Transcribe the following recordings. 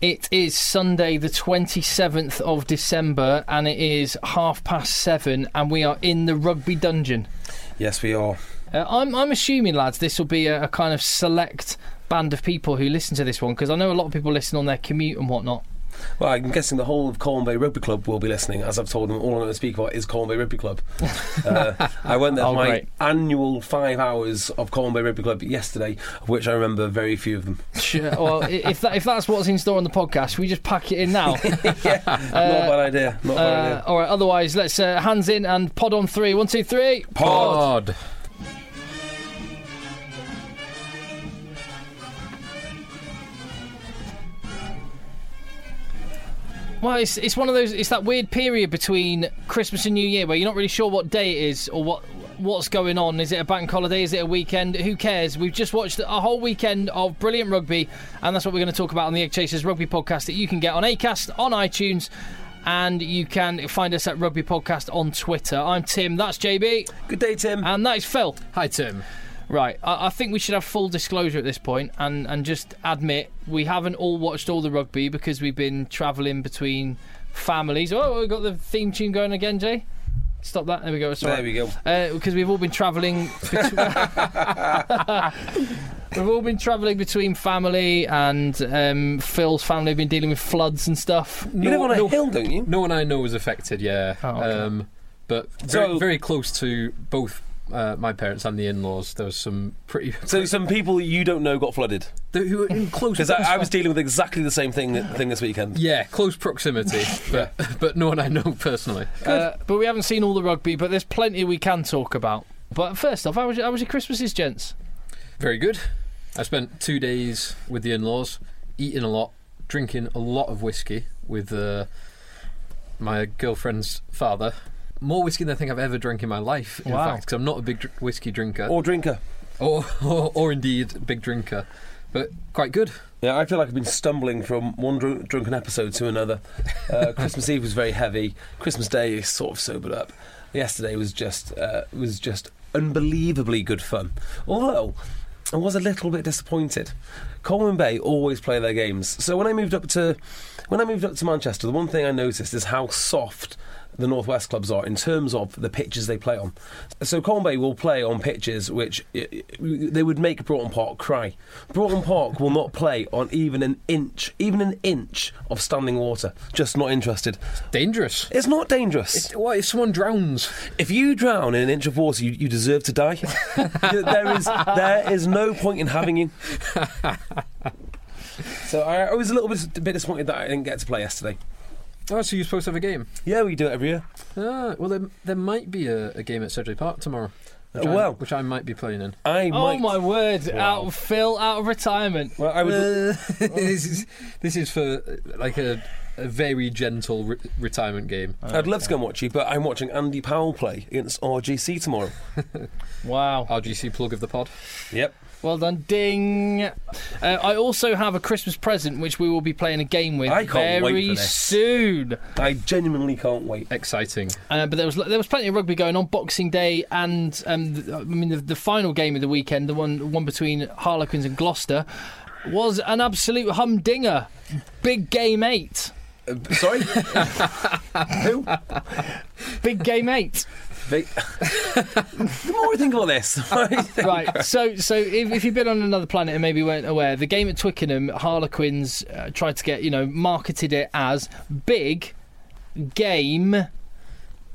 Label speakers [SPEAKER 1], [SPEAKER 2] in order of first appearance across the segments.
[SPEAKER 1] It is Sunday, the 27th of December, and it is half past seven, and we are in the rugby dungeon.
[SPEAKER 2] Yes, we are.
[SPEAKER 1] Uh, I'm, I'm assuming, lads, this will be a, a kind of select band of people who listen to this one, because I know a lot of people listen on their commute and whatnot.
[SPEAKER 2] Well, I'm guessing the whole of Corn Bay Rugby Club will be listening, as I've told them. All I'm going to speak about is Corn Bay Rugby Club. uh, I went there for
[SPEAKER 1] Oh,
[SPEAKER 2] my
[SPEAKER 1] great.
[SPEAKER 2] annual five hours of Corn Bay Rugby Club yesterday, of which I remember very few of them.
[SPEAKER 1] Sure. Well, i- if, that, if that's what's in store on the podcast, we just pack it in now.
[SPEAKER 2] yeah, not a bad idea. Not a bad
[SPEAKER 1] Uh,
[SPEAKER 2] idea.
[SPEAKER 1] all right, otherwise, let's uh, hands in and pod on three. One, two, three.
[SPEAKER 3] Pod.
[SPEAKER 1] Well, it's, it's one of those. It's that weird period between Christmas and New Year where you're not really sure what day it is or what what's going on. Is it a bank holiday? Is it a weekend? Who cares? We've just watched a whole weekend of brilliant rugby, and that's what we're going to talk about on the Egg Chasers Rugby Podcast that you can get on Acast, on iTunes, and you can find us at Rugby Podcast on Twitter. I'm Tim. That's JB,
[SPEAKER 2] Good day, Tim.
[SPEAKER 1] and that is Phil.
[SPEAKER 3] Hi, Tim.
[SPEAKER 1] Right, I, I think we should have full disclosure at this point and, and just admit we haven't all watched all the rugby because we've been travelling between families. Oh, we've got the theme tune going again, Jay. Stop that. There we go. Sorry.
[SPEAKER 2] There we go.
[SPEAKER 1] Because we've all been travelling. betw- we've all been travelling between family and um, Phil's family have been dealing with floods and stuff.
[SPEAKER 2] you live on a
[SPEAKER 3] no-
[SPEAKER 2] hill, don't you?
[SPEAKER 3] No one I know was affected, yeah.
[SPEAKER 1] Oh, okay.
[SPEAKER 3] um, but very,
[SPEAKER 2] So-
[SPEAKER 3] very close to both uh, my parents and the in laws. There was some pretty.
[SPEAKER 2] So some people you don't know got flooded
[SPEAKER 3] th- who were in close
[SPEAKER 2] because I, I was dealing with exactly the same thing thing this weekend.
[SPEAKER 3] Yeah, close proximity, but, but no one I know personally.
[SPEAKER 1] Uh, but we haven't seen all the rugby, but there's plenty we can talk about. But first off, how was your, how was your Christmases, gents?
[SPEAKER 3] Very good. I spent two days with the in laws, eating a lot, drinking a lot of whiskey with uh, my girlfriend's father. More whiskey than I think I've ever drank in my life, in
[SPEAKER 1] Wow.
[SPEAKER 3] fact, because I'm not a big dr- whiskey drinker.
[SPEAKER 2] Or drinker.
[SPEAKER 3] or, or, or indeed a big drinker, but quite good.
[SPEAKER 2] Yeah, I feel like I've been stumbling from one dr- drunken episode to another. Uh, Christmas Eve was very heavy. Christmas Day is sort of sobered up. Yesterday was just uh, was just unbelievably good fun. Although I was a little bit disappointed. Colwyn Bay always play their games. So when I moved up to when I moved up to Manchester, the one thing I noticed is how soft the Northwest clubs are in terms of the pitches they play on. So Colne Bay will play on pitches which i- i- they would make Broughton Park cry. Broughton Park will not play on even an inch, even an inch of standing water. Just not interested.
[SPEAKER 3] Dangerous.
[SPEAKER 2] It's not dangerous.
[SPEAKER 3] What if someone drowns?
[SPEAKER 2] If you drown in an inch of water, you, you deserve to die. there is there is no point in having you. So I, I was a little bit, a bit disappointed that I didn't get to play yesterday.
[SPEAKER 3] Oh, so you're supposed to have a game?
[SPEAKER 2] Yeah, we do it every year.
[SPEAKER 3] Ah, well, there, there might be a, a game at Sedgley Park tomorrow. Which
[SPEAKER 2] Uh,
[SPEAKER 3] I-
[SPEAKER 2] well.
[SPEAKER 3] which I might be playing in.
[SPEAKER 2] I
[SPEAKER 1] Oh
[SPEAKER 2] might.
[SPEAKER 1] my word! Out Phil, out of retirement.
[SPEAKER 2] Well, I would.
[SPEAKER 3] this, is, this is for uh, like a, a very gentle re- retirement game.
[SPEAKER 2] I'd love to go and watch you, but I'm watching Andy Powell play against RGC tomorrow.
[SPEAKER 1] Wow.
[SPEAKER 2] Uh,
[SPEAKER 3] RGC plug of the pod.
[SPEAKER 2] Yep.
[SPEAKER 1] Well done. Ding. Uh, I also have a Christmas present which we will be playing a game with
[SPEAKER 2] I can't
[SPEAKER 1] very
[SPEAKER 2] wait for this.
[SPEAKER 1] soon.
[SPEAKER 2] I genuinely can't wait.
[SPEAKER 3] Exciting.
[SPEAKER 1] Uh, but there was there was plenty of rugby going on. Boxing Day and um, th- I mean the, the final game of the weekend, the one one between Harlequins and Gloucester, was an absolute humdinger. Big game eight.
[SPEAKER 2] Sorry? Who?
[SPEAKER 1] Big game eight.
[SPEAKER 2] They, the more I think about this,
[SPEAKER 1] right. So, so if, if you've been on another planet and maybe weren't aware, the game at Twickenham, Harlequins uh, tried to get you know marketed it as Big Game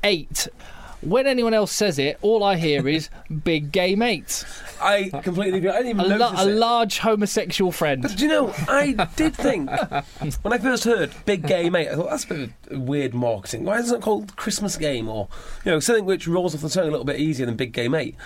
[SPEAKER 1] Eight. When anyone else says it, all I hear is Big Game Eight.
[SPEAKER 2] I completely agree. I didn't
[SPEAKER 1] A,
[SPEAKER 2] even
[SPEAKER 1] la-
[SPEAKER 2] notice
[SPEAKER 1] a
[SPEAKER 2] it.
[SPEAKER 1] large homosexual
[SPEAKER 2] But
[SPEAKER 1] friend.
[SPEAKER 2] do you know, I did think when I first heard Big Game Eight, I thought that's a bit of weird marketing. Why isn't it called Christmas Game or you know something which rolls off the tongue a little bit easier than Big Game Eight?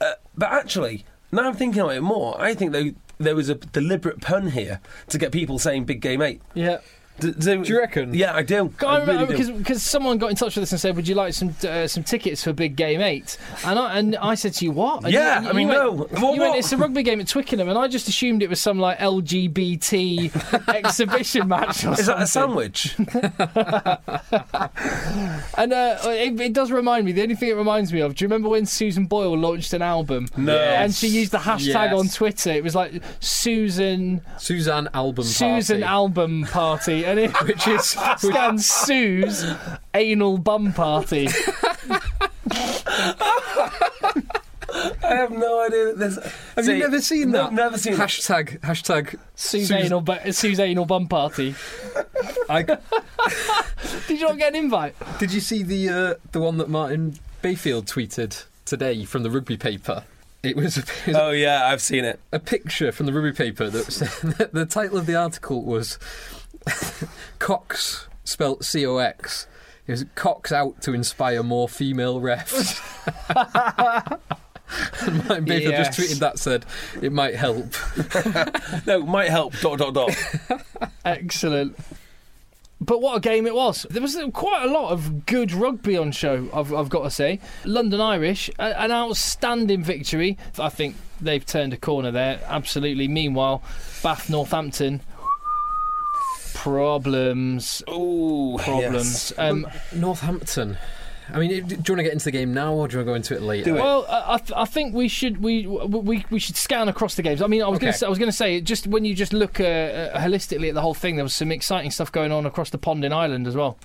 [SPEAKER 2] Uh, but actually, now I'm thinking about it more, I think they, there was a deliberate pun here to get people saying Big Game Eight.
[SPEAKER 3] Yeah.
[SPEAKER 2] D- do,
[SPEAKER 3] Do you reckon?
[SPEAKER 2] Yeah, I do.
[SPEAKER 1] I remember
[SPEAKER 2] really do.
[SPEAKER 1] because someone got in touch with us and said, "Would you like some uh, some tickets for Big Game 8? And I and I said to you, "What?" And
[SPEAKER 2] Yeah,
[SPEAKER 1] you-
[SPEAKER 2] I mean,
[SPEAKER 1] you
[SPEAKER 2] no.
[SPEAKER 1] Went,
[SPEAKER 2] What-
[SPEAKER 1] you went,
[SPEAKER 2] what?
[SPEAKER 1] it's a rugby game at Twickenham, and I just assumed it was some like LGBT exhibition match. Or
[SPEAKER 2] Is that
[SPEAKER 1] something.
[SPEAKER 2] a sandwich?
[SPEAKER 1] And uh, it, it does remind me. The only thing it reminds me of. Do you remember when Susan Boyle launched an album?
[SPEAKER 2] No. Yes.
[SPEAKER 1] And she used the hashtag
[SPEAKER 3] Yes.
[SPEAKER 1] on Twitter. It was like Susan
[SPEAKER 3] Suzanne album.
[SPEAKER 1] Susan
[SPEAKER 3] party.
[SPEAKER 1] album party, and it
[SPEAKER 3] which is
[SPEAKER 1] stands Sue's anal bum party.
[SPEAKER 2] I have no idea. That this,
[SPEAKER 3] Have you never seen that?
[SPEAKER 2] Never seen that.
[SPEAKER 3] hashtag hashtag
[SPEAKER 1] Sue's
[SPEAKER 3] Susan-
[SPEAKER 1] anal, bu- Sue's anal bum party.
[SPEAKER 3] I,
[SPEAKER 1] Did you not get an invite?
[SPEAKER 3] did you see the uh, the one that Martin Bayfield tweeted today from the rugby paper? It was, a, it was
[SPEAKER 2] Oh yeah, I've seen it.
[SPEAKER 3] a picture from the rugby paper that said, the title of the article was Cox spelt C O X. It was Cox out to inspire more female refs. and Martin Bayfield
[SPEAKER 1] Yes.
[SPEAKER 3] just tweeted that said it might help.
[SPEAKER 2] No, might help. Dot dot dot.
[SPEAKER 1] Excellent. But what a game it was. There was quite a lot of good rugby on show, I've, I've got to say. London Irish, a- an outstanding victory. I think they've turned a corner there, absolutely. Meanwhile, Bath Northampton, problems.
[SPEAKER 2] Ooh,
[SPEAKER 1] Problems.
[SPEAKER 2] yes.
[SPEAKER 1] Um,
[SPEAKER 3] Northampton. I mean, it- do you want to get into the game now or do you want to go into it later?
[SPEAKER 2] Do it.
[SPEAKER 1] Well, I, I th- I think we should we, we we should scan across the games. I mean, I was
[SPEAKER 3] Okay.
[SPEAKER 1] going to I was going to say just when you just look uh, uh, holistically at the whole thing, there was some exciting stuff going on across the pond in Ireland as well.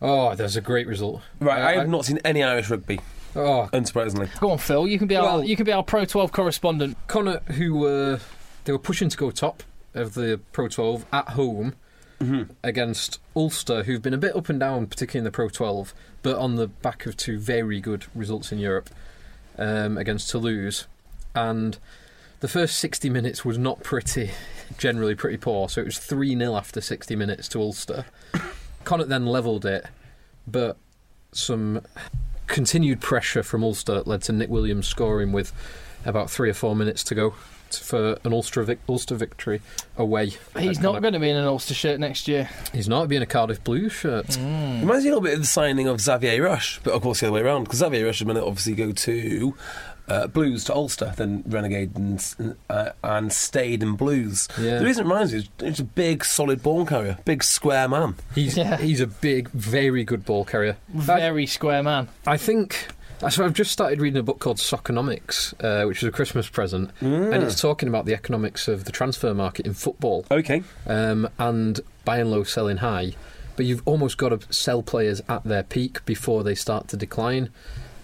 [SPEAKER 3] Oh, that was a great result.
[SPEAKER 2] Right, I
[SPEAKER 3] Uh,
[SPEAKER 2] have not seen any Irish rugby,
[SPEAKER 3] Oh,
[SPEAKER 2] unsurprisingly.
[SPEAKER 1] Go on, Phil. You can be our
[SPEAKER 3] Well-
[SPEAKER 1] you can be our Pro 12 correspondent.
[SPEAKER 3] Connor, who were they were pushing to go top of the Pro 12 at home against Ulster, who've been a bit up and down, particularly in the Pro 12, but on the back of two very good results in Europe um, against Toulouse, and the first 60 minutes was not pretty, generally pretty poor. So it was three 0 after 60 minutes to Ulster. Connacht then levelled it, but some continued pressure from Ulster led to Nick Williams scoring with about three or four minutes to go t- for an Ulster vic- Ulster victory away.
[SPEAKER 1] He's
[SPEAKER 3] at
[SPEAKER 1] not
[SPEAKER 3] Connacht.
[SPEAKER 1] going to be in an Ulster shirt next year.
[SPEAKER 3] He's not being a Cardiff Blues shirt.
[SPEAKER 1] Mm.
[SPEAKER 2] Reminds me a little bit of the signing of Xavier Rush, but of course the other way around, because Xavier Rush is going to obviously go to uh, Blues to Ulster, then Renegade and, s- and, uh, and stayed in Blues.
[SPEAKER 3] Yeah.
[SPEAKER 2] The reason it reminds me is he's a big, solid ball carrier, big, square man.
[SPEAKER 3] He's
[SPEAKER 1] Yeah.
[SPEAKER 3] he's a big, very good ball carrier. I,
[SPEAKER 1] Very square man.
[SPEAKER 3] I think. So I've just started reading a book called Soconomics, uh, which is a Christmas present,
[SPEAKER 1] Mm.
[SPEAKER 3] and it's talking about the economics of the transfer market in football.
[SPEAKER 2] Okay.
[SPEAKER 3] um, and buying low, selling high. But you've almost got to sell players at their peak before they start to decline.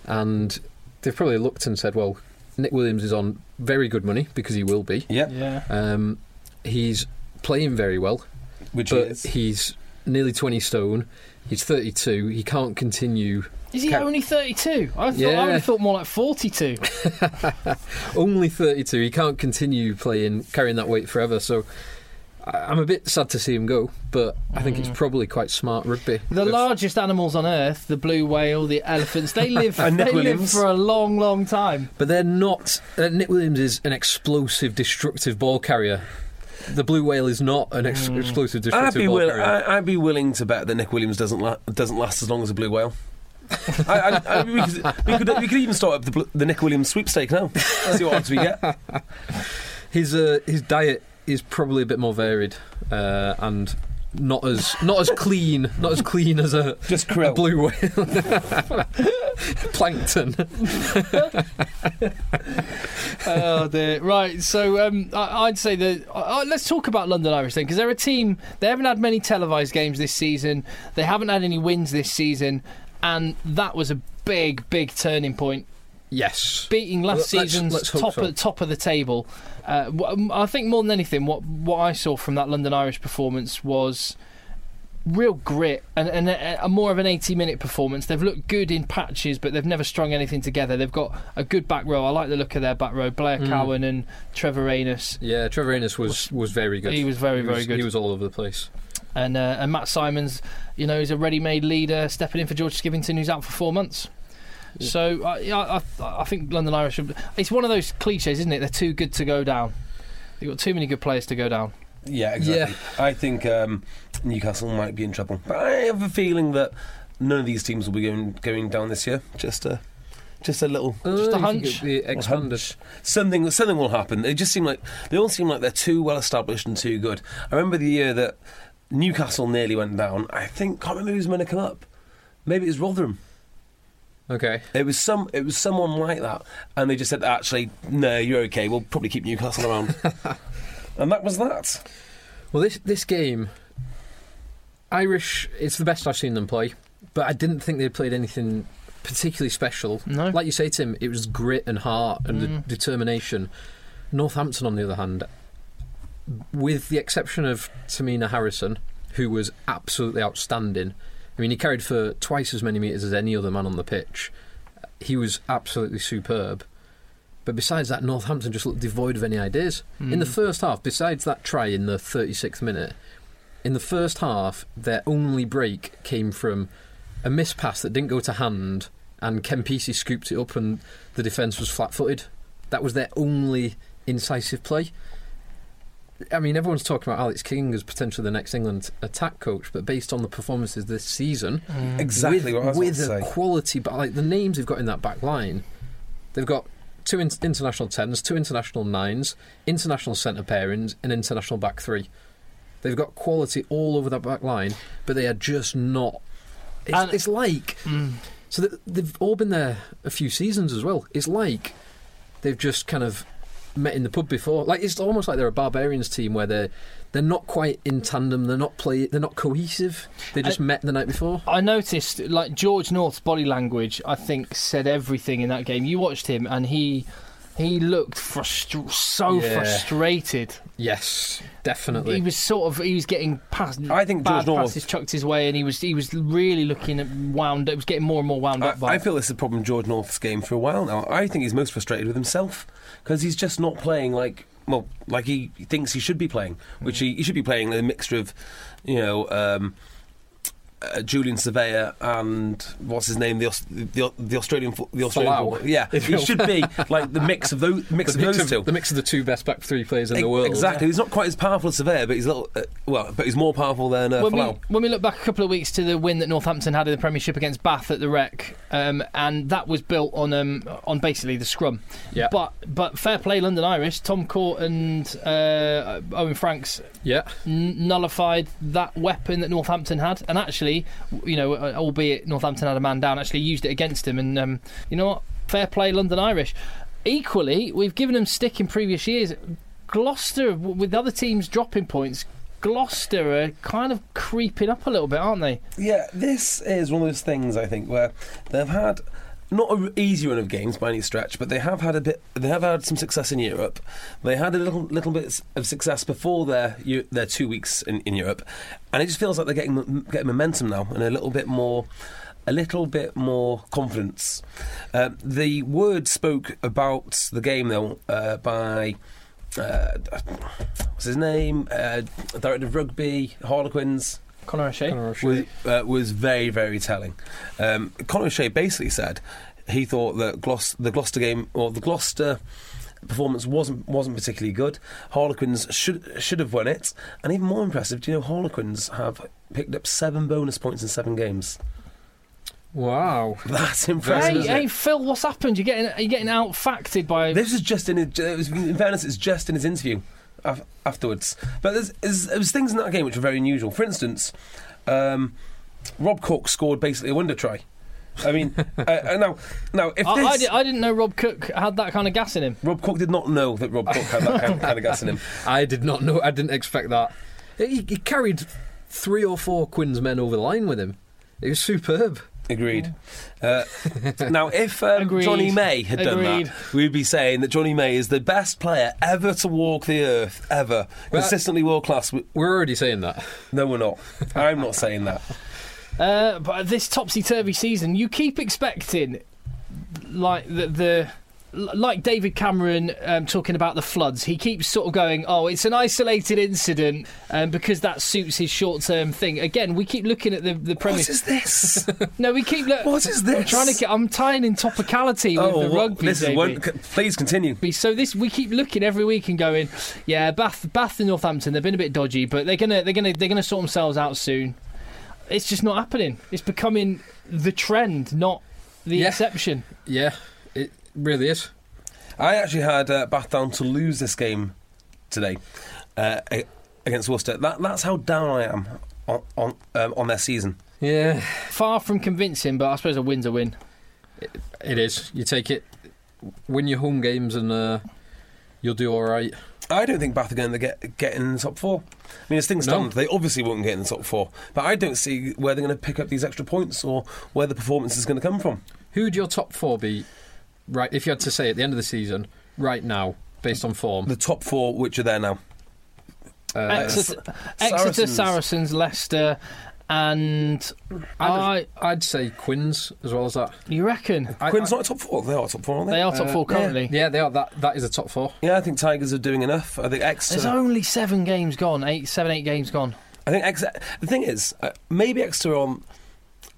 [SPEAKER 3] And they've probably looked and said, well, Nick Williams is on very good money because he will be.
[SPEAKER 2] Yeah,
[SPEAKER 1] Yeah.
[SPEAKER 3] Um, he's playing very well,
[SPEAKER 2] which he
[SPEAKER 3] but
[SPEAKER 2] is.
[SPEAKER 3] he's nearly 20 stone. He's 32. He can't continue.
[SPEAKER 1] Is he
[SPEAKER 3] Car-
[SPEAKER 1] only 32? I thought I
[SPEAKER 3] Yeah.
[SPEAKER 1] only thought more like 42.
[SPEAKER 3] Only 32. He can't continue playing, carrying that weight forever. So. I- I'm a bit sad to see him go, but I think it's probably quite smart rugby.
[SPEAKER 1] The
[SPEAKER 3] If-
[SPEAKER 1] largest animals on earth, the blue whale, the elephants, they live
[SPEAKER 2] And Nick
[SPEAKER 1] they live
[SPEAKER 2] Williams.
[SPEAKER 1] for a long, long time.
[SPEAKER 3] But they're not. Uh, Nick Williams is an explosive, destructive ball carrier. The blue whale is not an ex- explosive,
[SPEAKER 2] I'd
[SPEAKER 3] destructive
[SPEAKER 2] be,
[SPEAKER 3] ball
[SPEAKER 2] will-
[SPEAKER 3] carrier.
[SPEAKER 2] I- I'd be willing to bet that Nick Williams doesn't la- doesn't last as long as a blue whale. I, I, I, we, could, we, could, we could even start up the, bl- the Nick Williams sweepstake now. See what odds we get.
[SPEAKER 3] his uh, his diet is probably a bit more varied uh, and not as not as clean, not as clean as a,
[SPEAKER 2] Just
[SPEAKER 3] a
[SPEAKER 2] krill.
[SPEAKER 3] blue whale. Plankton.
[SPEAKER 1] oh dear. Right. So um, I, I'd say that uh, let's talk about London Irish then, because they're a team. They haven't had many televised games this season. They haven't had any wins this season, and that was a big, big turning point.
[SPEAKER 3] Yes.
[SPEAKER 1] Beating last
[SPEAKER 3] Let's-
[SPEAKER 1] season's
[SPEAKER 3] let's hope
[SPEAKER 1] top
[SPEAKER 3] so.
[SPEAKER 1] of, top of the table, uh, wh- I think more than anything, what what I saw from that London Irish performance was real grit and, and a, a more of an 80 minute performance. They've looked good in patches, but they've never strung anything together. They've got a good back row. I like the look of their back row. Blair
[SPEAKER 3] Hmm.
[SPEAKER 1] Cowan and Trevor Anus.
[SPEAKER 3] Yeah, Trevor Innes was, was very good.
[SPEAKER 1] He was very, very good.
[SPEAKER 3] He was all over the place.
[SPEAKER 1] and uh, and Matt Simons, you know, is a ready-made leader stepping in for George Skivington, who's out for four months. So I, I, I- I think London Irish. Should, it's one of those cliches, isn't it? They're too good to go down. They've got too many good players to go down.
[SPEAKER 2] Yeah, exactly. I think um, Newcastle might be in trouble, but I have a feeling that none of these teams will be going going down this year. Just a just a little
[SPEAKER 1] a
[SPEAKER 3] you think
[SPEAKER 1] hunch?
[SPEAKER 3] it'd be
[SPEAKER 2] little
[SPEAKER 3] expanded.
[SPEAKER 2] hunch. Something something will happen. They just seem like they all seem like they're too well established and too good. I remember the year that Newcastle nearly went down. I think can't remember who's going to come up. Maybe it was Rotherham.
[SPEAKER 3] Okay.
[SPEAKER 2] It was some. It was someone like that, and they just said, "Actually, no, you're okay. We'll probably keep Newcastle around." and that was that.
[SPEAKER 3] Well, this this game, Irish, it's the best I've seen them play, but I didn't think they played anything particularly special.
[SPEAKER 1] No.
[SPEAKER 3] Like you say, Tim, it was grit and heart and the determination. Northampton, on the other hand, with the exception of Tamina Harrison, who was absolutely outstanding. I mean, he carried for twice as many metres as any other man on the pitch. He was absolutely superb. But besides that, Northampton just looked devoid of any ideas. In the first half, besides that try in the 36th minute, in the first half, their only break came from a missed pass that didn't go to hand, and Kempisi scooped it up, and the defence was flat footed. That was their only incisive play. I mean, everyone's talking about Alex King as potentially the next England attack coach, but based on the performances this season,
[SPEAKER 2] Exactly
[SPEAKER 3] with,
[SPEAKER 2] what I was
[SPEAKER 3] with
[SPEAKER 2] about
[SPEAKER 3] a
[SPEAKER 2] to say.
[SPEAKER 3] quality, but like the names they've got in that back line, they've got two in- international tens, two international nines, international centre pairings, and international back three. They've got quality all over that back line, but they are just not. It's,
[SPEAKER 1] And-
[SPEAKER 3] it's like so that they've all been there a few seasons as well. It's like they've just kind of met in the pub before. Like it's almost like they're a barbarians team where they're they're not quite in tandem. They're not play. They're not cohesive. They just met the night before.
[SPEAKER 1] I noticed, like George North's body language, I think said everything in that game. You watched him, and he he looked frustr- so
[SPEAKER 3] Yeah.
[SPEAKER 1] frustrated.
[SPEAKER 3] Yes, definitely.
[SPEAKER 1] He was sort of he was getting past.
[SPEAKER 2] I think
[SPEAKER 1] bad
[SPEAKER 2] George North-
[SPEAKER 1] passes chucked his way, and he was he was really looking at wound. It was getting more and more wound
[SPEAKER 2] I,
[SPEAKER 1] up. By
[SPEAKER 2] I
[SPEAKER 1] it.
[SPEAKER 2] feel this is a problem George North's game for a while now. I think he's most frustrated with himself because he's just not playing like well, like he thinks he should be playing, which he, he should be playing a mixture of, you know, um, uh, Julian Surveyor and what's his name, the Aus- the, the Australian fo- the Australian,
[SPEAKER 3] Falau.
[SPEAKER 2] football- yeah,
[SPEAKER 3] If
[SPEAKER 2] he
[SPEAKER 3] you-
[SPEAKER 2] should be like the mix of those mix
[SPEAKER 3] the,
[SPEAKER 2] of
[SPEAKER 3] mix
[SPEAKER 2] those
[SPEAKER 3] of,
[SPEAKER 2] two.
[SPEAKER 3] the mix of the two best back three players in the
[SPEAKER 2] E-
[SPEAKER 3] world.
[SPEAKER 2] Exactly. He's not quite as powerful as Surveyor, but he's a little, uh, well, but he's more powerful than uh,
[SPEAKER 1] when
[SPEAKER 2] Falau.
[SPEAKER 1] we, when we look back a couple of weeks to the win that Northampton had in the Premiership against Bath at the Rec, um, and that was built on um, on basically the scrum.
[SPEAKER 3] Yeah.
[SPEAKER 1] But but fair play, London Irish. Tom Court and uh, Owen Franks
[SPEAKER 3] Yeah.
[SPEAKER 1] n- nullified that weapon that Northampton had, and actually, w- you know, uh, albeit Northampton had a man down, actually used it against him. And um, you know what? Fair play, London Irish. Equally, we've given them stick in previous years. Gloucester, w- with other teams dropping points, Gloucester are kind of creeping up a little bit, aren't they?
[SPEAKER 2] Yeah, this is one of those things I think where they've had not an easy run of games by any stretch, but they have had a bit. They have had some success in Europe. They had a little little bit of success before their Eu- their two weeks in, in Europe, and it just feels like they're getting m- getting momentum now and a little bit more. A little bit more confidence. Uh, the word spoke about the game though uh, by uh, what's his name, uh, director of rugby, Harlequins.
[SPEAKER 1] Conor O'Shea.
[SPEAKER 2] Was, uh, was very, very telling. Um, Conor O'Shea basically said he thought that Glouc- the Gloucester game or the Gloucester performance wasn't wasn't particularly good. Harlequins should should have won it, and even more impressive, do you know Harlequins have picked up seven bonus points in seven games?
[SPEAKER 3] Wow.
[SPEAKER 2] That's impressive.
[SPEAKER 1] Hey,
[SPEAKER 2] isn't it?
[SPEAKER 1] hey, Phil, what's happened? You're getting you're getting outfacted by.
[SPEAKER 2] This is just in. His, it was, in fairness, it's just in his interview af- afterwards. But there's, there's, there was things in that game which were very unusual. For instance, um, Rob Cook scored basically a wonder try. I mean, uh, uh, now, now if
[SPEAKER 1] I,
[SPEAKER 2] this,
[SPEAKER 1] I, di- I didn't know Rob Cook had that kind of gas in him.
[SPEAKER 2] Rob Cook did not know that Rob Cook had that kind kind of gas in him.
[SPEAKER 3] I did not know. I didn't expect that. He, he carried three or four Quinn's men over the line with him. It was superb.
[SPEAKER 2] Agreed. Uh, now, if um,
[SPEAKER 1] Agreed.
[SPEAKER 2] Johnny May had done
[SPEAKER 1] Agreed.
[SPEAKER 2] that, we'd be saying that Johnny May is the best player ever to walk the earth, ever.
[SPEAKER 3] Well-
[SPEAKER 2] Consistently world class.
[SPEAKER 3] We're already saying that.
[SPEAKER 2] No, we're not. I'm not saying that.
[SPEAKER 1] Uh, but this topsy turvy season, you keep expecting like the. the like David Cameron um, talking about the floods, he keeps sort of going, "Oh, it's an isolated incident," um, because that suits his short-term thing. Again, we keep looking at the the premise.
[SPEAKER 2] What is this?
[SPEAKER 1] no, we keep look,
[SPEAKER 2] What is
[SPEAKER 1] I'm
[SPEAKER 2] this? Oh,
[SPEAKER 1] trying to get. I'm tying in topicality with the
[SPEAKER 2] what-
[SPEAKER 1] rugby.
[SPEAKER 2] this is
[SPEAKER 1] David.
[SPEAKER 2] one, c- please continue.
[SPEAKER 1] be. So this we keep looking every week and going, yeah, Bath, Bath and Northampton. They've been a bit dodgy, but they're gonna, they're gonna, they're gonna sort themselves out soon. It's just not happening. It's becoming the trend, not the
[SPEAKER 3] Yeah.
[SPEAKER 1] exception.
[SPEAKER 3] Yeah, it really is.
[SPEAKER 2] I actually had uh, Bath down to lose this game today uh, a- against Worcester. That, that's how down I am on on, um, on their season.
[SPEAKER 3] Yeah,
[SPEAKER 1] Far from convincing, but I suppose a win's a win.
[SPEAKER 3] it is. You take it, win your home games, and uh, you'll do all right.
[SPEAKER 2] I don't think Bath are going to get get in the top four. I mean, as things
[SPEAKER 3] No.
[SPEAKER 2] stand, they obviously won't get in the top four. But I don't see where they're going to pick up these extra points or where the performance is going to come from.
[SPEAKER 3] Who'd your top four be? Right, if you had to say at the end of the season, right now, based on form,
[SPEAKER 2] The top four, which are there now,
[SPEAKER 3] uh,
[SPEAKER 1] Exeter, Exeter
[SPEAKER 2] Saracens.
[SPEAKER 1] Saracens, Leicester, and I.
[SPEAKER 3] I'd, I'd say Quins as well as that.
[SPEAKER 1] You reckon
[SPEAKER 3] I-
[SPEAKER 2] Quinn's
[SPEAKER 3] I-
[SPEAKER 2] not a top four. They are a top four, aren't they?
[SPEAKER 1] they are top four currently?
[SPEAKER 3] Yeah, they are. That that is a top four.
[SPEAKER 2] Yeah, I think Tigers are doing enough. I think
[SPEAKER 1] There's
[SPEAKER 2] Exeter.
[SPEAKER 1] only seven games gone. Eight, seven, eight games gone.
[SPEAKER 2] I think Exeter. The thing is, uh, maybe Exeter aren't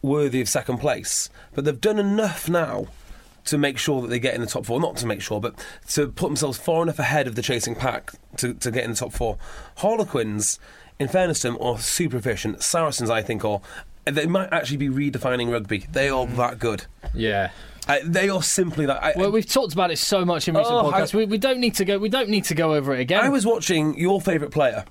[SPEAKER 2] worthy of second place, but they've done enough now to make sure that they get in the top four. Not to make sure, but to put themselves far enough ahead of the chasing pack to, to get in the top four. Harlequins, in fairness to them, are super efficient. Saracens, I think, are. They might actually be redefining rugby. They are that good.
[SPEAKER 3] Yeah,
[SPEAKER 2] Uh, they are simply that. I,
[SPEAKER 1] Well, we've talked about it so much in recent
[SPEAKER 2] Oh, I-
[SPEAKER 1] podcasts. we, we don't need to go. We don't need to go over it again.
[SPEAKER 2] I was watching your favourite player,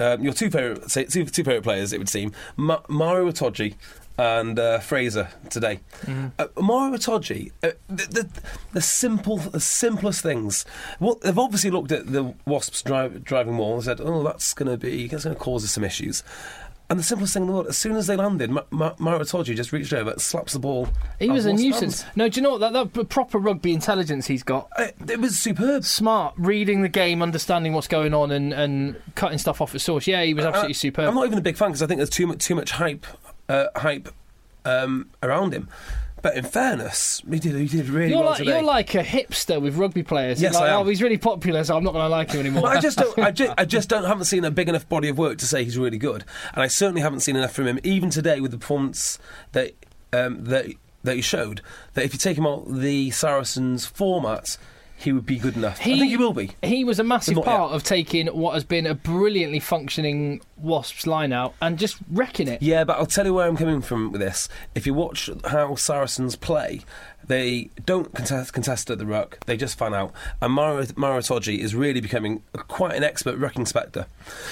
[SPEAKER 2] um, your two favourite say, two, two favourite players, it would seem, Ma- Mario Itoji and uh, Fraser today.
[SPEAKER 1] Mm-hmm.
[SPEAKER 2] Uh, Mario Itoji, uh, the, the the simple the simplest things. Well, they've obviously looked at the Wasps drive, driving wall and said, "Oh, that's going to be that's going to cause us some issues." And the simplest thing in the world, as soon as they landed, Ma- Ma- Mario Itoje just reached over, slaps the ball.
[SPEAKER 1] He
[SPEAKER 2] out
[SPEAKER 1] was a
[SPEAKER 2] of Wasps'
[SPEAKER 1] nuisance.
[SPEAKER 2] hands.
[SPEAKER 1] No, do you know what? That, that p- proper rugby intelligence he's got.
[SPEAKER 2] Uh, It was superb.
[SPEAKER 1] Smart, reading the game, understanding what's going on, and, and cutting stuff off at source. Yeah, he was absolutely
[SPEAKER 2] I-
[SPEAKER 1] superb.
[SPEAKER 2] Uh, I'm not even a big fan because I think there's too much too much hype uh, hype um, around him. But in fairness, he did he did really
[SPEAKER 1] you're,
[SPEAKER 2] well
[SPEAKER 1] like,
[SPEAKER 2] today.
[SPEAKER 1] you're like a hipster with rugby players.
[SPEAKER 2] Yes,
[SPEAKER 1] You're like,
[SPEAKER 2] I am.
[SPEAKER 1] Oh, he's really popular, so I'm not going to like him anymore.
[SPEAKER 2] well, I just don't. I just, I just don't. Haven't seen a big enough body of work to say he's really good, and I certainly haven't seen enough from him, even today with the performance that um, that that he showed. That if you take him out the Saracens format, he would be good enough. I think he will be.
[SPEAKER 1] He was a massive
[SPEAKER 2] Not yet.
[SPEAKER 1] part of taking what has been a brilliantly functioning Wasps line out and just wrecking it.
[SPEAKER 2] Yeah, but I'll tell you where I'm coming from with this. If you watch how Saracens play, they don't contest, contest at the ruck, they just fan out. And Mara, Maratoji is really becoming quite an expert rucking spectre.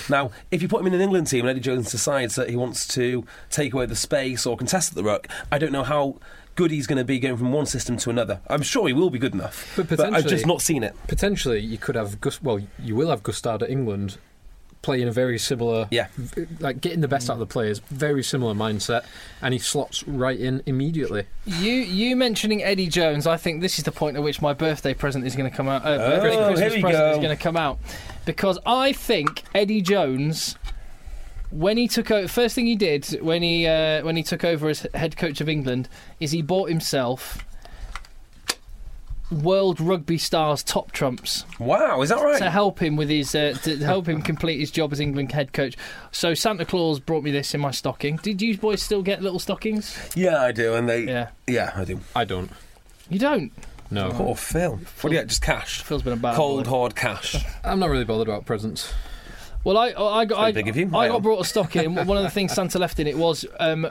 [SPEAKER 2] Now, if you put him in an England team and Eddie Jones decides that he wants to take away the space or contest at the ruck, I don't know how good he's going to be going from one system to another. I'm sure he will be good enough, I've
[SPEAKER 3] But
[SPEAKER 2] just
[SPEAKER 3] potentially-
[SPEAKER 2] not seen it.
[SPEAKER 3] potentially you could have Gus. Well, you will have Gustard at England playing a very similar.
[SPEAKER 2] Yeah.
[SPEAKER 3] v- Like getting the best out of the players, very similar mindset, and he slots right in immediately.
[SPEAKER 1] You you mentioning Eddie Jones, I think this is the point at which my birthday present is going to come out. Uh,
[SPEAKER 2] Oh,
[SPEAKER 1] birthday
[SPEAKER 2] here
[SPEAKER 1] Christmas
[SPEAKER 2] we
[SPEAKER 1] present is
[SPEAKER 2] go.
[SPEAKER 1] going to come out because I think Eddie Jones, when he took over, first thing he did when he uh, when he took over as head coach of England is he bought himself world rugby stars top trumps
[SPEAKER 2] Wow, is that right?
[SPEAKER 1] to help him with his uh, to help him complete his job as England head coach. So Santa Claus brought me this in my stocking. Did you boys still get little stockings?
[SPEAKER 2] yeah, I do. And they.
[SPEAKER 1] Yeah.
[SPEAKER 2] yeah I do.
[SPEAKER 3] I don't.
[SPEAKER 1] You don't.
[SPEAKER 3] No,
[SPEAKER 2] Poor Phil. What do you get? Just cash.
[SPEAKER 1] Phil's been a bad
[SPEAKER 2] Cold,
[SPEAKER 1] boy.
[SPEAKER 2] hard cash.
[SPEAKER 1] Oh.
[SPEAKER 3] I'm not really bothered about presents.
[SPEAKER 1] Well, I I got I,
[SPEAKER 2] big of you.
[SPEAKER 1] I
[SPEAKER 2] Right
[SPEAKER 1] got
[SPEAKER 2] on.
[SPEAKER 1] brought a stock in. One of the things Santa left in it was um, r-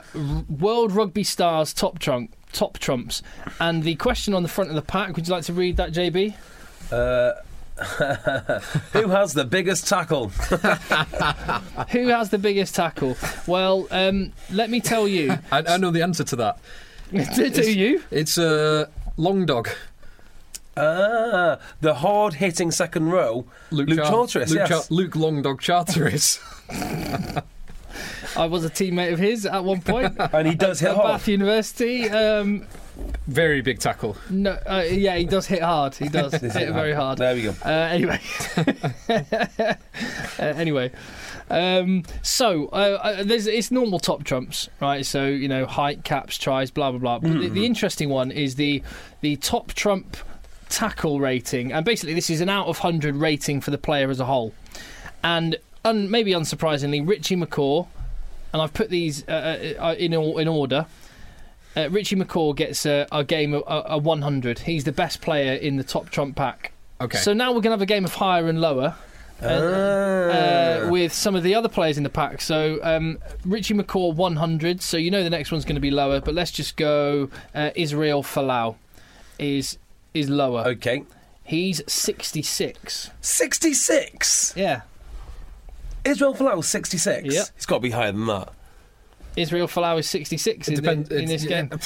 [SPEAKER 1] World Rugby Stars top trunk top trumps, and the question on the front of the pack. Would you like to read that, JB?
[SPEAKER 2] Uh, who has the biggest tackle?
[SPEAKER 1] Who has the biggest tackle? Well, um, let me tell you.
[SPEAKER 3] I, I know the answer to that.
[SPEAKER 1] do, do you?
[SPEAKER 3] It's a uh, long dog.
[SPEAKER 2] Ah, the hard hitting second row. Luke,
[SPEAKER 3] Char-
[SPEAKER 2] Charteris,
[SPEAKER 3] Luke,
[SPEAKER 2] yes.
[SPEAKER 3] Char- Luke Long Dog Charteris.
[SPEAKER 1] I was a teammate of his at one point.
[SPEAKER 2] And he does hit
[SPEAKER 1] at
[SPEAKER 2] hard.
[SPEAKER 1] Bath University. Um,
[SPEAKER 3] Very big tackle.
[SPEAKER 1] no, uh, yeah, he does hit hard. He does hit very hard.
[SPEAKER 2] There we go.
[SPEAKER 1] Uh, anyway, uh, anyway, um, so uh, uh, there's it's normal top trumps, right? So you know height, caps, tries, blah blah blah. But the, the interesting one is the the top trump tackle rating, and basically this is an out of hundred rating for the player as a whole. And un, maybe unsurprisingly, Richie McCaw, and I've put these uh, uh, in or- in order. Uh, Richie McCaw gets a, a game of a, a 100. He's the best player in the top trump pack.
[SPEAKER 3] Okay.
[SPEAKER 1] So now we're going to have a game of higher and lower uh, with some of the other players in the pack. So um, Richie McCaw 100. So you know the next one's going to be lower, but let's just go uh, Israel Folau is is lower.
[SPEAKER 2] Uh, Okay.
[SPEAKER 1] He's 66.
[SPEAKER 2] 66.
[SPEAKER 1] Yeah.
[SPEAKER 2] Israel Folau, 66.
[SPEAKER 1] Yep.
[SPEAKER 2] It's got to be higher than that.
[SPEAKER 1] Israel Folau is 66 in,
[SPEAKER 3] depend-
[SPEAKER 1] in
[SPEAKER 3] it's-
[SPEAKER 1] this
[SPEAKER 3] yeah.
[SPEAKER 1] game.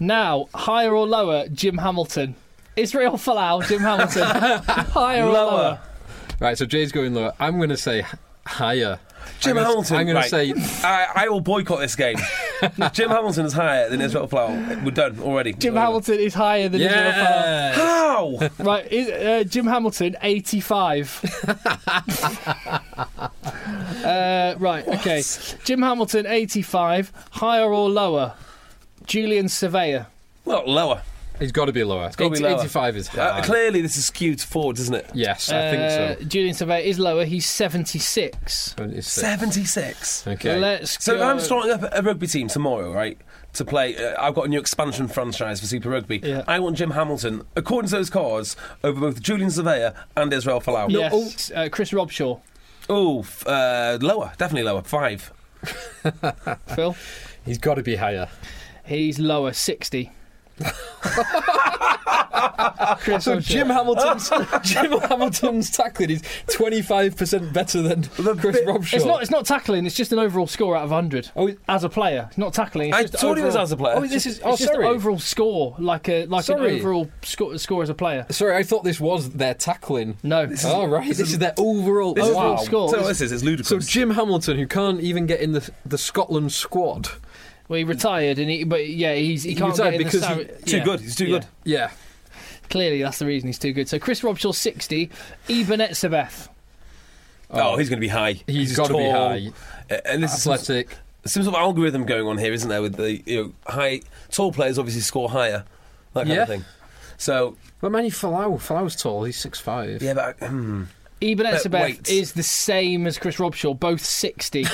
[SPEAKER 1] Now, higher or lower, Jim Hamilton. Israel Folau, Jim Hamilton. higher or
[SPEAKER 2] Lower.
[SPEAKER 1] lower?
[SPEAKER 3] Right, so Jay's going lower. I'm going to say h- higher.
[SPEAKER 2] Jim
[SPEAKER 3] I'm gonna-
[SPEAKER 2] Hamilton.
[SPEAKER 3] I'm going
[SPEAKER 2] right.
[SPEAKER 3] to say
[SPEAKER 2] I, I will boycott this game. Jim Hamilton is higher than Israel Folau. We're done already.
[SPEAKER 1] Jim
[SPEAKER 2] We're
[SPEAKER 1] Hamilton is higher than Israel Folau.
[SPEAKER 3] yeah.
[SPEAKER 2] done. How?
[SPEAKER 1] Right, is, uh, Jim Hamilton, 85. uh, right, okay. Jim Hamilton, 85. Higher or lower? Julian Surveyor.
[SPEAKER 2] Well, lower.
[SPEAKER 3] He's got to be lower.
[SPEAKER 2] gotta be
[SPEAKER 3] 80
[SPEAKER 2] lower.
[SPEAKER 3] 85 is high.
[SPEAKER 2] Uh, clearly, this is skewed forwards, isn't it?
[SPEAKER 3] Yes, I think
[SPEAKER 1] Uh, Julian Surveyor is lower. He's 76.
[SPEAKER 3] so. It's six.
[SPEAKER 2] 76.
[SPEAKER 3] Okay.
[SPEAKER 1] Let's
[SPEAKER 2] So if
[SPEAKER 1] go.
[SPEAKER 2] I'm starting up a rugby team tomorrow, right? To play, uh, I've got a new expansion franchise for Super Rugby.
[SPEAKER 1] Yeah.
[SPEAKER 2] I want Jim Hamilton, according to those cards, over both Julian Surveyor and Israel Folau.
[SPEAKER 1] Yes, uh, Chris Robshaw.
[SPEAKER 2] Oh, f- uh, lower, definitely lower. Five.
[SPEAKER 1] Phil?
[SPEAKER 3] He's got to be higher.
[SPEAKER 1] He's lower, 60. Chris
[SPEAKER 3] So
[SPEAKER 1] Robshaw.
[SPEAKER 3] Jim Hamilton's Oh, Jim Hamilton's tackling is 25% better than Chris
[SPEAKER 2] bit-
[SPEAKER 3] Robshaw.
[SPEAKER 1] It's not. It's not tackling. It's just an overall score out of hundred.
[SPEAKER 3] Oh, it-
[SPEAKER 1] as a player, it's not tackling. It's
[SPEAKER 2] I
[SPEAKER 1] just
[SPEAKER 2] thought he was
[SPEAKER 1] overall-
[SPEAKER 2] as a player.
[SPEAKER 3] Oh, this is.
[SPEAKER 1] It's
[SPEAKER 3] Oh,
[SPEAKER 1] just
[SPEAKER 3] sorry.
[SPEAKER 1] overall score, like a like an
[SPEAKER 3] Sorry.
[SPEAKER 1] overall score, score as a player.
[SPEAKER 3] Sorry, I thought this was their tackling.
[SPEAKER 1] No,
[SPEAKER 3] Oh, right. This, is, their overall. Oh,
[SPEAKER 1] is-
[SPEAKER 3] wow.
[SPEAKER 1] Overall score.
[SPEAKER 2] Oh, So what this is, it's ludicrous.
[SPEAKER 3] So Jim Hamilton, who can't even get in the the Scotland squad.
[SPEAKER 1] well, he retired, and he but yeah, he's he,
[SPEAKER 3] He
[SPEAKER 1] can't
[SPEAKER 3] retired
[SPEAKER 1] get in the
[SPEAKER 3] because
[SPEAKER 1] Sarri-
[SPEAKER 3] he-
[SPEAKER 2] too
[SPEAKER 1] yeah.
[SPEAKER 2] good. He's too
[SPEAKER 1] Yeah.
[SPEAKER 2] good.
[SPEAKER 3] Yeah.
[SPEAKER 1] Clearly, that's the reason he's too good. So Chris Robshaw sixty, Eben Etzebeth.
[SPEAKER 2] Oh, he's going to be high.
[SPEAKER 3] He's got to be
[SPEAKER 2] tall.
[SPEAKER 3] high.
[SPEAKER 2] A- And this is some,
[SPEAKER 3] Athletic.
[SPEAKER 2] some sort of algorithm going on here, isn't there? With the you know, high tall players obviously score higher, that kind
[SPEAKER 3] Yeah.
[SPEAKER 2] of thing. So
[SPEAKER 3] But Manny Falau, Falau's tall. He's six five.
[SPEAKER 2] yeah, but hmm.
[SPEAKER 1] Eben Etzebeth
[SPEAKER 2] wait.
[SPEAKER 1] is the same as Chris Robshaw, both sixty.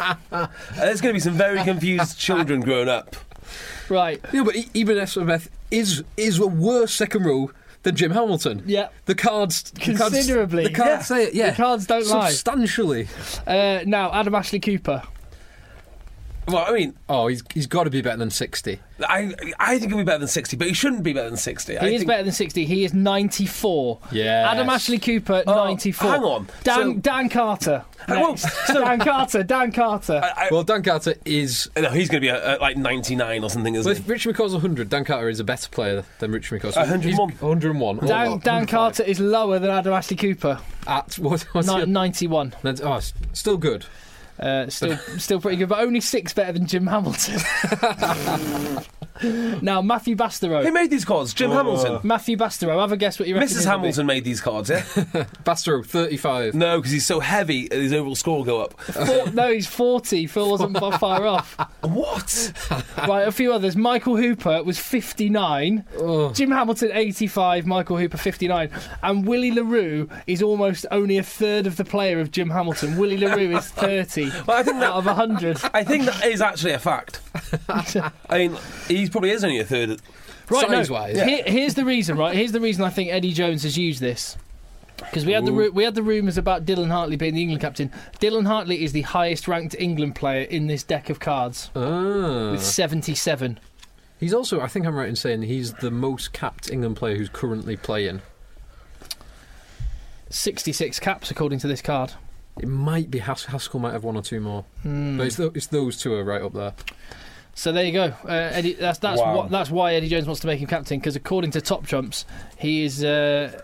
[SPEAKER 2] Uh, there's going to be some very confused children growing up.
[SPEAKER 1] right.
[SPEAKER 3] Yeah, but E- Eben Esmeth is is a worse second row than Jim Hamilton.
[SPEAKER 1] Yeah.
[SPEAKER 3] The cards the cards-
[SPEAKER 1] Considerably.
[SPEAKER 3] The cards
[SPEAKER 2] Yeah.
[SPEAKER 3] say it. Yeah.
[SPEAKER 1] The cards don't lie.
[SPEAKER 3] Substantially.
[SPEAKER 1] Uh, now Adam Ashley Cooper.
[SPEAKER 2] Well, I mean,
[SPEAKER 3] Oh, he's he's got to be better than sixty.
[SPEAKER 2] I I think he'll be better than sixty, but he shouldn't be better than sixty. I
[SPEAKER 1] He is
[SPEAKER 2] think-
[SPEAKER 1] better than 60. He is 94.
[SPEAKER 3] Yes.
[SPEAKER 1] Adam Ashley Cooper,
[SPEAKER 2] Oh,
[SPEAKER 1] 94.
[SPEAKER 2] hang on.
[SPEAKER 1] Dan,
[SPEAKER 2] So-
[SPEAKER 1] Dan Carter.
[SPEAKER 2] Hang on.
[SPEAKER 1] next. Dan Carter. Dan Carter.
[SPEAKER 2] I, I-
[SPEAKER 3] Well, Dan Carter is.
[SPEAKER 2] no, he's going to be uh, uh, like ninety nine or something,
[SPEAKER 3] Well,
[SPEAKER 2] isn't
[SPEAKER 3] if Rich McCaw's 100, Dan Carter is a better player than Rich McCaw. So
[SPEAKER 2] 101.
[SPEAKER 3] he's 101.
[SPEAKER 1] Dan,
[SPEAKER 3] Oh,
[SPEAKER 1] Dan
[SPEAKER 3] 105.
[SPEAKER 1] Carter is lower than Adam Ashley Cooper.
[SPEAKER 3] At what? What's
[SPEAKER 1] Ni-
[SPEAKER 3] he at?
[SPEAKER 1] 91.
[SPEAKER 3] That's- Oh, it's still good.
[SPEAKER 1] Uh, still, still pretty good, but only six better than Jim Hamilton. now, Matthew
[SPEAKER 2] he? Who
[SPEAKER 1] Bastereau.
[SPEAKER 2] made these cards?
[SPEAKER 1] Oh.
[SPEAKER 2] Jim Hamilton.
[SPEAKER 1] Matthew Bastereau. Have a guess what you reckon.
[SPEAKER 2] Mrs.
[SPEAKER 1] he'll be.
[SPEAKER 2] Hamilton made these cards, yeah?
[SPEAKER 3] Bastro, 35.
[SPEAKER 2] no, because he's so heavy, uh, his overall score will go up.
[SPEAKER 1] Four- no, he's 40. Phil wasn't far- far off.
[SPEAKER 2] What?
[SPEAKER 1] Right, a few others. Michael Hooper was 59. Jim Hamilton, 85. Michael Hooper, 59. And Willie LaRue is almost only a third of the player of Jim Hamilton. Willie LaRue is 30
[SPEAKER 2] Well, I think that-
[SPEAKER 1] out of 100.
[SPEAKER 2] I think that is actually a fact. I mean, he probably is only a third.
[SPEAKER 1] Right, no.
[SPEAKER 3] Size-wise.
[SPEAKER 1] Here- here's the reason, right? Here's the reason I think Eddie Jones has used this. Because we had the ru- we had the rumours about Dylan Hartley being the England captain. Dylan Hartley is the highest ranked England player in this deck of cards
[SPEAKER 3] Ah.
[SPEAKER 1] with 77.
[SPEAKER 3] He's also, I think I'm right in saying, he's the most capped England player who's currently playing.
[SPEAKER 1] 66 caps according to this card.
[SPEAKER 3] It might be Has- Haskell might have one or two more,
[SPEAKER 1] Hmm.
[SPEAKER 3] but it's, tho- it's those two are right up there.
[SPEAKER 1] So there you go. Uh, Eddie, that's that's
[SPEAKER 2] Wow.
[SPEAKER 1] what, that's why Eddie Jones wants to make him captain because according to Top Trumps, he is uh,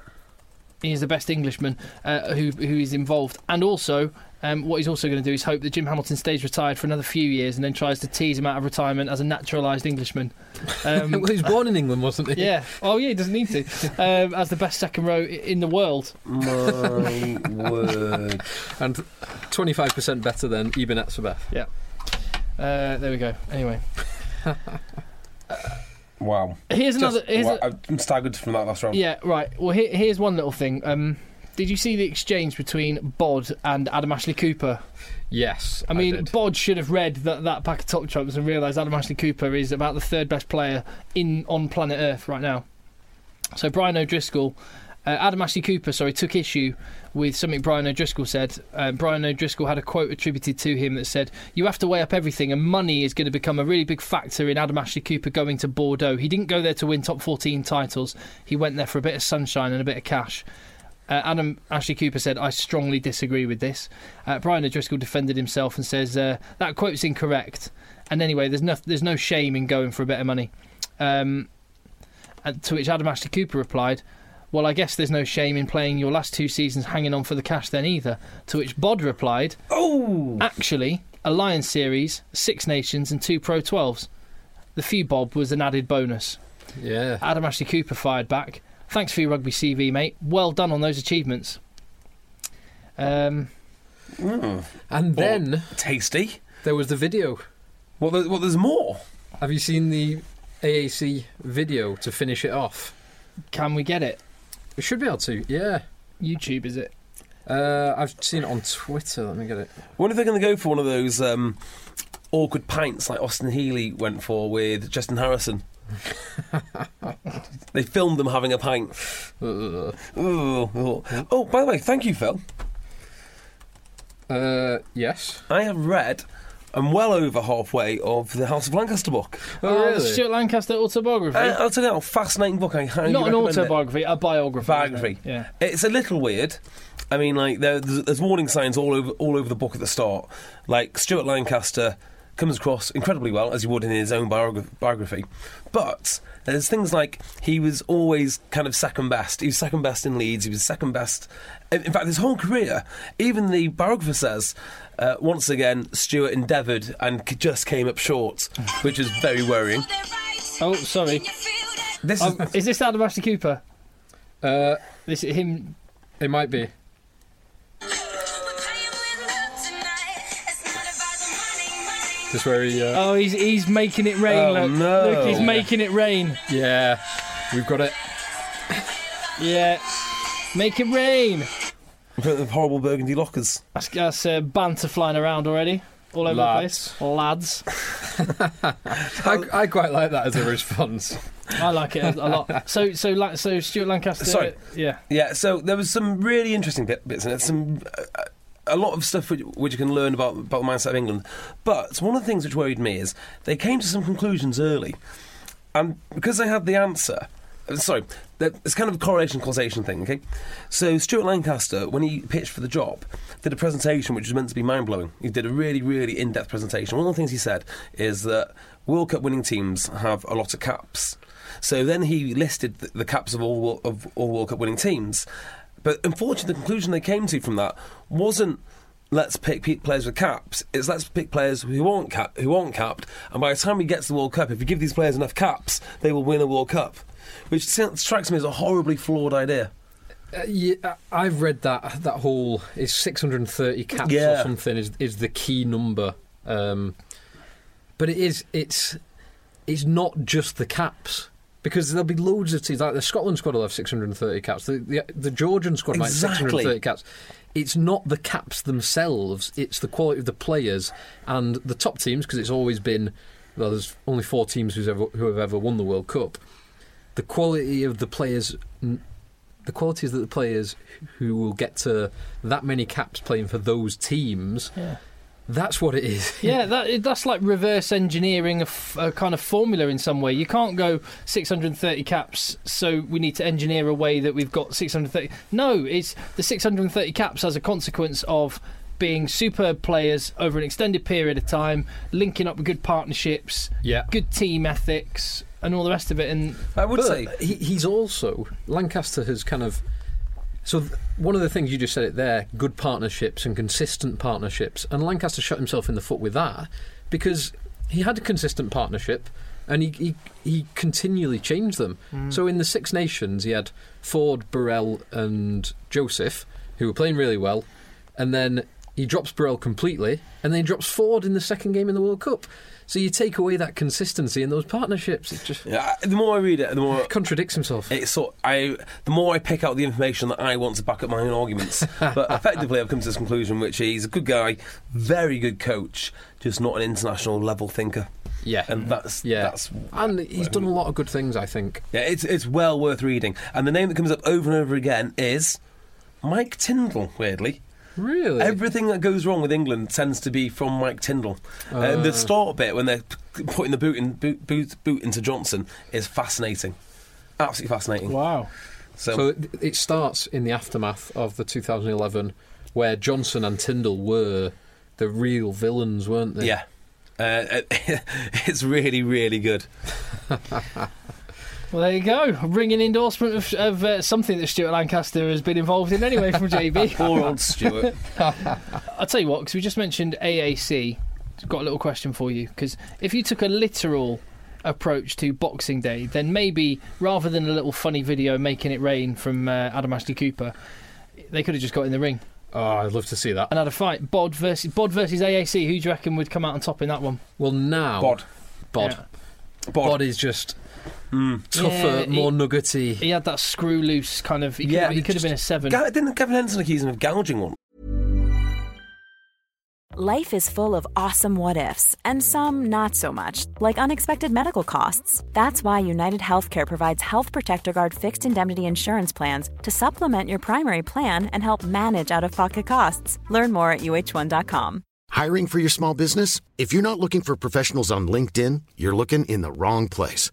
[SPEAKER 1] he is the best Englishman uh, who who is involved, and also Um, what he's also going to do is hope that Jim Hamilton stays retired for another few years and then tries to tease him out of retirement as a naturalised Englishman.
[SPEAKER 3] well,
[SPEAKER 1] Um,
[SPEAKER 3] he was born in England, wasn't he?
[SPEAKER 1] yeah. Oh, yeah, he doesn't need to. Um, as the best second row i- in the world.
[SPEAKER 2] My word.
[SPEAKER 3] And 25% better than Ibn Atsabeth.
[SPEAKER 1] Uh, there we go. Anyway.
[SPEAKER 2] Wow.
[SPEAKER 1] Here's another.
[SPEAKER 2] Just-
[SPEAKER 1] Here's
[SPEAKER 2] wow,
[SPEAKER 1] a-
[SPEAKER 2] I'm staggered from that last round.
[SPEAKER 1] Yeah, right. Well, here, here's one little thing. Um, did you see the exchange between Bod and Adam Ashley Cooper?
[SPEAKER 3] Yes.
[SPEAKER 1] I mean,
[SPEAKER 3] did.
[SPEAKER 1] Bod should have read that, that pack of top trumps and realised Adam Ashley Cooper is about the third best player in on planet Earth right now. So Brian O'Driscoll, uh, Adam Ashley Cooper, sorry, took issue with something Brian O'Driscoll said. Uh, Brian O'Driscoll had a quote attributed to him that said, "You have to weigh up everything, and money is going to become a really big factor in Adam Ashley Cooper going to Bordeaux. He didn't go there to win top 14 titles. He went there for a bit of sunshine and a bit of cash." Uh, Adam Ashley Cooper said, I strongly disagree with this. Uh, Brian O'Driscoll defended himself and says, uh, that quote's incorrect. And anyway, there's no, there's no shame in going for a bit of money. Um, and to which Adam Ashley Cooper replied, well, I guess there's no shame in playing your last two seasons hanging on for the cash then either. To which Bod replied,
[SPEAKER 2] Oh!
[SPEAKER 1] actually, a Lions series, Six Nations and two Pro 12s. The few bob was an added bonus.
[SPEAKER 3] yeah.
[SPEAKER 1] Adam Ashley Cooper fired back. Thanks for your rugby CV, mate. Well done on those achievements. Um,
[SPEAKER 3] And then
[SPEAKER 2] Tasty.
[SPEAKER 3] there was the video.
[SPEAKER 2] Well, there, well, there's more.
[SPEAKER 3] Have you seen the AAC video to finish it off?
[SPEAKER 1] can we get it?
[SPEAKER 3] We should be able to, yeah.
[SPEAKER 1] YouTube, is it?
[SPEAKER 3] Uh, I've seen it on Twitter. Let me get it.
[SPEAKER 2] I wonder if they're going to go for one of those um, awkward pints like Austin Healy went for with Justin Harrison. they filmed them having a pint.
[SPEAKER 3] Ugh.
[SPEAKER 2] Ooh, ooh. Oh, by the way, thank you, Phil.
[SPEAKER 3] Uh, yes.
[SPEAKER 2] I have read. I'm well over halfway of the House of Lancaster book.
[SPEAKER 1] Uh, the Stuart Lancaster autobiography.
[SPEAKER 2] I, I'll tell you now, fascinating book. I highly
[SPEAKER 1] Not an
[SPEAKER 2] Uh, recommend it.
[SPEAKER 1] autobiography, a biography.
[SPEAKER 2] Biography.
[SPEAKER 1] Yeah.
[SPEAKER 2] It's a little weird. I mean, like there, there's, there's warning signs all over all over the book at the start. Like Stuart Lancaster comes across incredibly well as he would in his own biogra- biography, but there's things like he was always kind of second best. He was second best in Leeds. He was second best. In in fact, his whole career, even the biographer says, uh, once again, Stuart endeavoured and c- just came up short, which is very worrying.
[SPEAKER 1] Oh, sorry.
[SPEAKER 2] This is,
[SPEAKER 1] Oh, is this Adam Ashley Cooper?
[SPEAKER 3] Uh,
[SPEAKER 1] This is him.
[SPEAKER 3] it might be. This where he. Uh,
[SPEAKER 1] Oh, he's he's making it rain.
[SPEAKER 2] Oh,
[SPEAKER 1] look,
[SPEAKER 2] no.
[SPEAKER 1] look, he's making it rain.
[SPEAKER 3] yeah, we've got it.
[SPEAKER 1] Yeah, make it rain.
[SPEAKER 2] in front of horrible burgundy lockers.
[SPEAKER 1] That's, that's uh, banter flying around already, all over
[SPEAKER 3] Lads.
[SPEAKER 1] the place. Lads,
[SPEAKER 3] I, I quite like that as a response.
[SPEAKER 1] I like it a, a lot. So so like so Stuart Lancaster.
[SPEAKER 2] Sorry.
[SPEAKER 1] Yeah.
[SPEAKER 2] Yeah, so there was some really interesting bit, bits in it. Some uh, a lot of stuff which, which you can learn about about the mindset of England. But one of the things which worried me is they came to some conclusions early, and because they had the answer. uh, Sorry, that- it's kind of a correlation causation thing, okay? So, Stuart Lancaster, when he pitched for the job, did a presentation which was meant to be mind blowing. He did a really, really in depth presentation. One of the things he said is that World Cup winning teams have a lot of caps. So then he listed the, the caps of all wo- of all World Cup winning teams, but unfortunately, the conclusion they came to from that wasn't let's pick pe- players with caps. It's let's pick players who aren't cap- who aren't capped. And by the time we get to the World Cup, if you give these players enough caps, they will win a World Cup, which s- strikes me as a horribly flawed idea.
[SPEAKER 3] Uh, yeah, I- I've read that that whole is 630 caps
[SPEAKER 2] Yeah.
[SPEAKER 3] or something is is the key number. Um, but it is it's it's not just the caps because there'll be loads of teams like the Scotland squad will have 630 caps. The the, the Georgian squad might have
[SPEAKER 2] Exactly.
[SPEAKER 3] 630 caps. It's not the caps themselves; it's the quality of the players and the top teams because it's always been well. There's only four teams who's ever who have ever won the World Cup. The quality of the players n- the qualities that the players who will get to that many caps playing for those teams,
[SPEAKER 1] Yeah.
[SPEAKER 3] that's what it is.
[SPEAKER 1] Yeah, that, that's like reverse engineering a, f- a kind of formula in some way. You can't go 630 caps, so we need to engineer a way that we've got 630. No, it's the 630 caps as a consequence of being superb players over an extended period of time, linking up with good partnerships,
[SPEAKER 3] Yeah.
[SPEAKER 1] good team ethics, and all the rest of it. And
[SPEAKER 2] I would
[SPEAKER 3] But
[SPEAKER 2] say
[SPEAKER 3] he, he's also Lancaster has kind of So th- one of the things you just said it there, good partnerships and consistent partnerships, and Lancaster shot himself in the foot with that because he had a consistent partnership and he he, he continually changed them.
[SPEAKER 2] Mm.
[SPEAKER 3] So in the Six Nations, he had Ford, Burrell, and Joseph, who were playing really well, and then he drops Burrell completely, and then he drops Ford in the second game in the World Cup. So you take away that consistency in those partnerships. It just
[SPEAKER 2] Yeah, I- the more I read it, the more
[SPEAKER 3] contradicts himself.
[SPEAKER 2] it's sort. I the more I pick out the information that I want to back up my own arguments. but effectively, I've come to this conclusion, which he's a good guy, very good coach, just not an international level thinker.
[SPEAKER 3] yeah.
[SPEAKER 2] And that's
[SPEAKER 3] yeah.
[SPEAKER 2] that's
[SPEAKER 3] and he's done a lot of good things, I think.
[SPEAKER 2] yeah, it's it's well worth reading. And the name that comes up over and over again is Mike Tyndall. Weirdly.
[SPEAKER 3] Really?
[SPEAKER 2] Everything that goes wrong with England tends to be from Mike Tyndall. and
[SPEAKER 3] Oh.
[SPEAKER 2] the start bit when they're p- putting the boot, in, boot, boot, boot into Johnson is fascinating. Absolutely fascinating.
[SPEAKER 1] Wow.
[SPEAKER 2] So,
[SPEAKER 3] So it, it starts in the aftermath of the 2011, where Johnson and Tyndall were the real villains, weren't they?
[SPEAKER 2] yeah. Uh, it's really, really good.
[SPEAKER 1] Well, there you go. Ringing endorsement of, of uh, something that Stuart Lancaster has been involved in anyway from JB.
[SPEAKER 2] Poor old Stuart.
[SPEAKER 1] I'll tell you what, because we just mentioned AAC. I've got a little question for you. Because if you took a literal approach to Boxing Day, then maybe rather than a little funny video making it rain from uh, Adam Ashley Cooper, they could have just got in the ring
[SPEAKER 3] Oh, I'd love to see that.
[SPEAKER 1] and had a fight. Bod versus Bod versus AAC. Who do you reckon would come out on top in that one?
[SPEAKER 3] Well, now
[SPEAKER 2] Bod.
[SPEAKER 3] Bod,
[SPEAKER 1] Yeah.
[SPEAKER 2] Bod.
[SPEAKER 3] Bod is just
[SPEAKER 2] Hmm.
[SPEAKER 3] tougher,
[SPEAKER 1] Yeah, he-
[SPEAKER 3] more nuggety.
[SPEAKER 1] He had that screw loose kind of. He could,
[SPEAKER 2] Yeah,
[SPEAKER 1] have, he
[SPEAKER 2] but
[SPEAKER 1] could have
[SPEAKER 2] just-
[SPEAKER 1] been a seven.
[SPEAKER 2] Ga- didn't Gavin Henson accuse him of gouging one?
[SPEAKER 4] Life is full of awesome what ifs, and some not so much, like unexpected medical costs. That's why United Healthcare provides Health Protector Guard fixed indemnity insurance plans to supplement your primary plan and help manage out of pocket costs. Learn more at uh1.com.
[SPEAKER 5] Hiring for your small business? If you're not looking for professionals on LinkedIn, you're looking in the wrong place.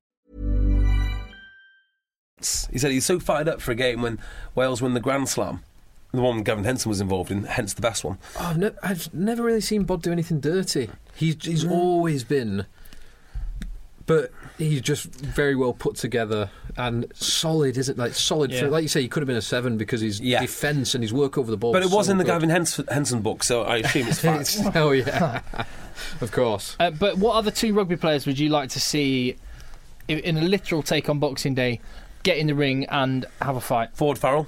[SPEAKER 2] He said he's so fired up for a game when Wales win the Grand Slam, the one Gavin Henson was involved in, hence the best one.
[SPEAKER 3] Oh, I've, ne- I've never really seen Bod do anything dirty. He's he's always been, but he's just very well put together and solid, isn't like solid.
[SPEAKER 1] Yeah.
[SPEAKER 3] Like you say, he could have been a seven because his
[SPEAKER 2] Yeah.
[SPEAKER 3] defence and his work over the ball.
[SPEAKER 2] But it
[SPEAKER 3] was
[SPEAKER 2] was
[SPEAKER 3] so
[SPEAKER 2] in the
[SPEAKER 3] good.
[SPEAKER 2] Gavin Henson, Henson book, so I assume it's fact.
[SPEAKER 3] It's- oh yeah, of course.
[SPEAKER 1] Uh, but what other two rugby players would you like to see i- in a literal take on Boxing Day? Get in the ring and have a fight.
[SPEAKER 2] Ford Farrell.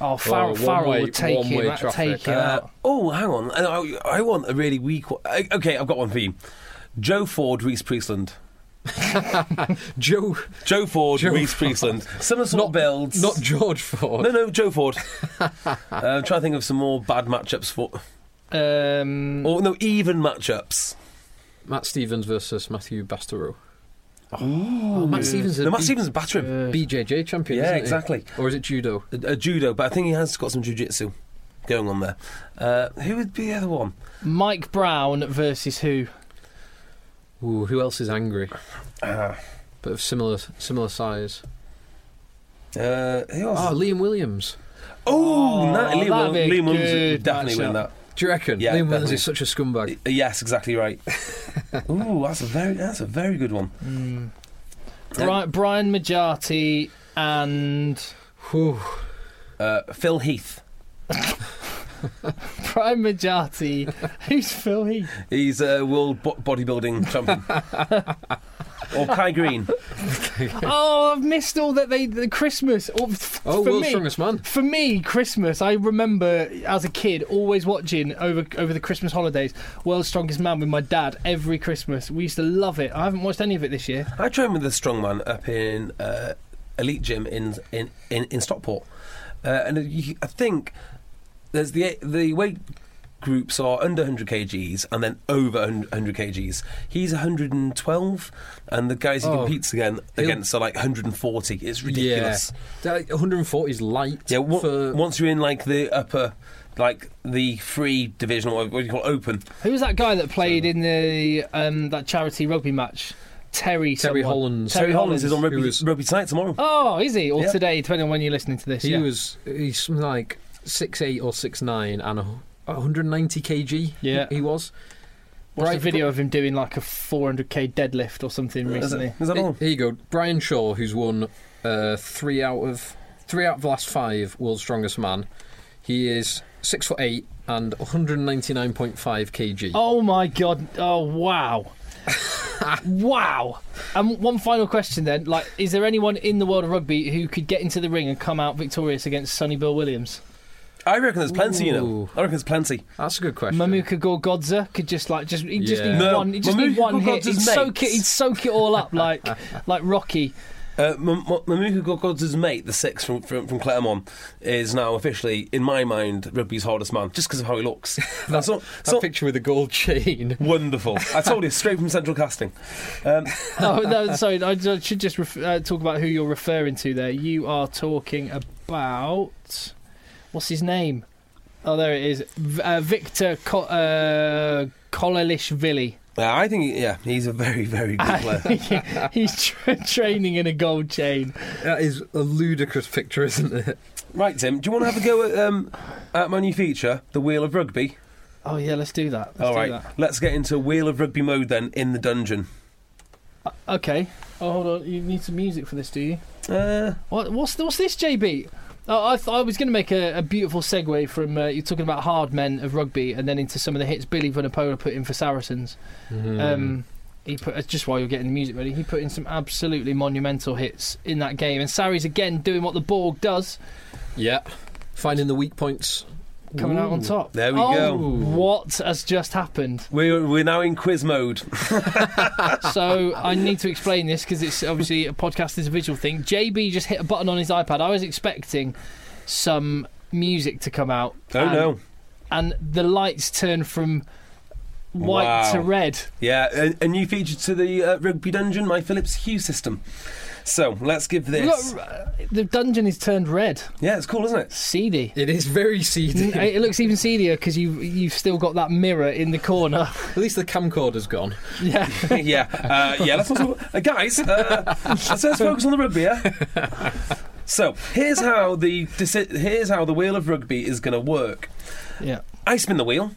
[SPEAKER 1] Oh, Farrell,
[SPEAKER 3] one
[SPEAKER 1] Farrell
[SPEAKER 3] way-
[SPEAKER 1] would take
[SPEAKER 3] one way
[SPEAKER 1] him, out,
[SPEAKER 3] traffic.
[SPEAKER 1] take him
[SPEAKER 2] Uh,
[SPEAKER 1] out.
[SPEAKER 2] oh, hang on. I, I- I want a really weak one. I- okay, I've got one for you. Joe Ford, Reese Priestland.
[SPEAKER 3] Joe,
[SPEAKER 2] Joe Ford,
[SPEAKER 3] Joe
[SPEAKER 2] Reese Priestland. Somersault
[SPEAKER 3] Not-
[SPEAKER 2] builds.
[SPEAKER 3] not George Ford.
[SPEAKER 2] no, no, Joe Ford. uh, I'm trying to think of some more bad matchups for.
[SPEAKER 1] Um,
[SPEAKER 2] Or, no, even matchups.
[SPEAKER 3] Matt Stevens versus Matthew Bastereau. Oh, Matt Stevens is
[SPEAKER 2] No,
[SPEAKER 3] a
[SPEAKER 1] E-
[SPEAKER 2] Matt
[SPEAKER 3] B-
[SPEAKER 2] Stevens batter him.
[SPEAKER 3] BJJ champion.
[SPEAKER 2] Yeah,
[SPEAKER 3] isn't he?
[SPEAKER 2] exactly.
[SPEAKER 3] Or is it judo?
[SPEAKER 2] A, a Uh, judo, but I think he has got some jiu jitsu going on there. Uh, who would be the other one?
[SPEAKER 1] Mike Brown versus who?
[SPEAKER 3] Ooh, who else is angry? but of similar similar size.
[SPEAKER 2] Uh, who else?
[SPEAKER 3] Oh, Liam Williams.
[SPEAKER 2] Oh,
[SPEAKER 1] Oh,
[SPEAKER 2] Nat- Liam,
[SPEAKER 1] that'd be a
[SPEAKER 2] Liam Williams
[SPEAKER 1] good
[SPEAKER 2] would definitely win
[SPEAKER 1] matchup.
[SPEAKER 2] that.
[SPEAKER 3] Do you reckon?
[SPEAKER 2] Yeah,
[SPEAKER 3] Liam Williams
[SPEAKER 2] definitely.
[SPEAKER 3] is such a scumbag.
[SPEAKER 2] Uh, Yes, exactly right. Ooh, that's a very that's a very good one.
[SPEAKER 1] Bri- Brian Majati and
[SPEAKER 3] Ooh,
[SPEAKER 2] Uh, Phil Heath.
[SPEAKER 1] Brian Majati. Who's Phil Heath?
[SPEAKER 2] He's a world bo- bodybuilding champion. or Kai Green.
[SPEAKER 1] Oh, I've missed all that. They the Christmas. Oh, f-
[SPEAKER 3] Oh,
[SPEAKER 1] for
[SPEAKER 3] world's
[SPEAKER 1] me,
[SPEAKER 3] strongest man.
[SPEAKER 1] For me, Christmas. I remember as a kid always watching over over the Christmas holidays. World's Strongest Man with my dad every Christmas. We used to love it. I haven't watched any of it this year.
[SPEAKER 2] I trained with a strongman up in uh, Elite Gym in in in, in Stockport, uh, and you, I think there's the the weight groups are under 100 kgs and then over 100 kgs. He's 112, and the guys he
[SPEAKER 3] Oh.
[SPEAKER 2] competes again against are like 140. It's ridiculous.
[SPEAKER 3] Yeah. That- 140 is light.
[SPEAKER 2] Yeah, wo-
[SPEAKER 3] for,
[SPEAKER 2] once you're in like the upper, like the free division or what do you call it, open.
[SPEAKER 1] Who was that guy that played in the um, that charity rugby match? Terry.
[SPEAKER 3] Terry
[SPEAKER 1] someone.
[SPEAKER 3] Hollins.
[SPEAKER 2] Terry Hollins is on rugby,
[SPEAKER 3] who was-
[SPEAKER 2] rugby tonight tomorrow.
[SPEAKER 1] Oh, is he? Or
[SPEAKER 2] Yeah.
[SPEAKER 1] today, depending on when you're listening to this.
[SPEAKER 3] He
[SPEAKER 1] yeah.
[SPEAKER 3] was he's something like six eight or six nine and a hu- 190 kg.
[SPEAKER 1] Yeah.
[SPEAKER 3] he, he was.
[SPEAKER 1] Watched a
[SPEAKER 3] Right,
[SPEAKER 1] video of him doing like a 400k deadlift or something
[SPEAKER 2] Is
[SPEAKER 1] recently.
[SPEAKER 2] that, is that
[SPEAKER 3] Hey,
[SPEAKER 2] all?
[SPEAKER 3] Here you go. Brian Shaw, who's won uh, three out of three out of the last five World's Strongest Man. He is six foot eight and 199.5 kg.
[SPEAKER 1] Oh my god! Oh wow! wow! And one final question then: like, is there anyone in the world of rugby who could get into the ring and come out victorious against Sonny Bill Williams?
[SPEAKER 2] I reckon there's plenty, you know.
[SPEAKER 3] Ooh.
[SPEAKER 2] I reckon there's plenty.
[SPEAKER 3] That's a good question.
[SPEAKER 1] Mamuka Gorgodza could just like just he just
[SPEAKER 3] Yeah.
[SPEAKER 1] need
[SPEAKER 2] No,
[SPEAKER 1] one he just need
[SPEAKER 2] Mamuka
[SPEAKER 1] one hit. He'd
[SPEAKER 2] Gorgodza's
[SPEAKER 1] soak it
[SPEAKER 2] mates.
[SPEAKER 1] he'd soak it all up like like Rocky.
[SPEAKER 2] Uh, M- M- Mamuka Gorgodza's mate, the six from, from, from Claremont, is now officially, in my mind, rugby's hardest man, just because of how he looks. That's all.
[SPEAKER 3] that picture with the gold chain.
[SPEAKER 2] Wonderful. I told you, straight from Central Casting. Um,
[SPEAKER 1] Oh no, sorry, I ju- should just ref- uh, talk about who you're referring to there. You are talking about what's his name? Oh, there it is, v- uh, Victor Co- uh, Kolalishvili.
[SPEAKER 2] yeah, I think, yeah, he's a very, very good player.
[SPEAKER 1] He's tra- training in a gold chain.
[SPEAKER 3] That is a ludicrous picture, isn't it?
[SPEAKER 2] right, Tim, do you want to have a go at, um, at my new feature, The Wheel of Rugby?
[SPEAKER 1] Oh yeah, let's do that. Let's
[SPEAKER 2] All
[SPEAKER 1] do
[SPEAKER 2] right,
[SPEAKER 1] that.
[SPEAKER 2] let's get into Wheel of Rugby mode then in the dungeon.
[SPEAKER 1] Okay. Oh, hold on. You need some music for this, do you?
[SPEAKER 2] Uh,
[SPEAKER 1] What, what's what's this, JB? Oh, I, th- I was going to make a, a beautiful segue from uh, you talking about hard men of rugby, and then into some of the hits Billy Vanapola put in for Saracens.
[SPEAKER 2] Hmm.
[SPEAKER 1] Um, he put uh, just while you're getting the music ready, he put in some absolutely monumental hits in that game, and Sarri's again doing what the Borg does,
[SPEAKER 3] Yeah. Finding the weak points.
[SPEAKER 1] coming out on top.
[SPEAKER 2] There we
[SPEAKER 1] Oh,
[SPEAKER 2] go.
[SPEAKER 1] What has just happened?
[SPEAKER 2] we're, we're now in quiz mode.
[SPEAKER 1] so I need to explain this because it's obviously a podcast is a visual thing. JB just hit a button on his iPad. I was expecting some music to come out.
[SPEAKER 2] Oh,
[SPEAKER 1] and,
[SPEAKER 2] no.
[SPEAKER 1] And the lights turn from white
[SPEAKER 2] Wow.
[SPEAKER 1] to red.
[SPEAKER 2] Yeah, a, a new feature to the uh, Rugby Dungeon, my Philips Hue system. So let's give this.
[SPEAKER 1] Look, uh, the dungeon is turned red.
[SPEAKER 2] Yeah, it's cool, isn't it?
[SPEAKER 1] Seedy.
[SPEAKER 3] It is very seedy.
[SPEAKER 1] N- It looks even seedier because you you've still got that mirror in the corner.
[SPEAKER 3] At least the camcorder's gone.
[SPEAKER 1] Yeah,
[SPEAKER 2] yeah, uh, yeah. Let's not talk about- uh, guys. Uh, let's, let's focus on the rugby. Yeah? So here's how the deci- here's how the wheel of rugby is going to work.
[SPEAKER 1] yeah.
[SPEAKER 2] I spin the wheel.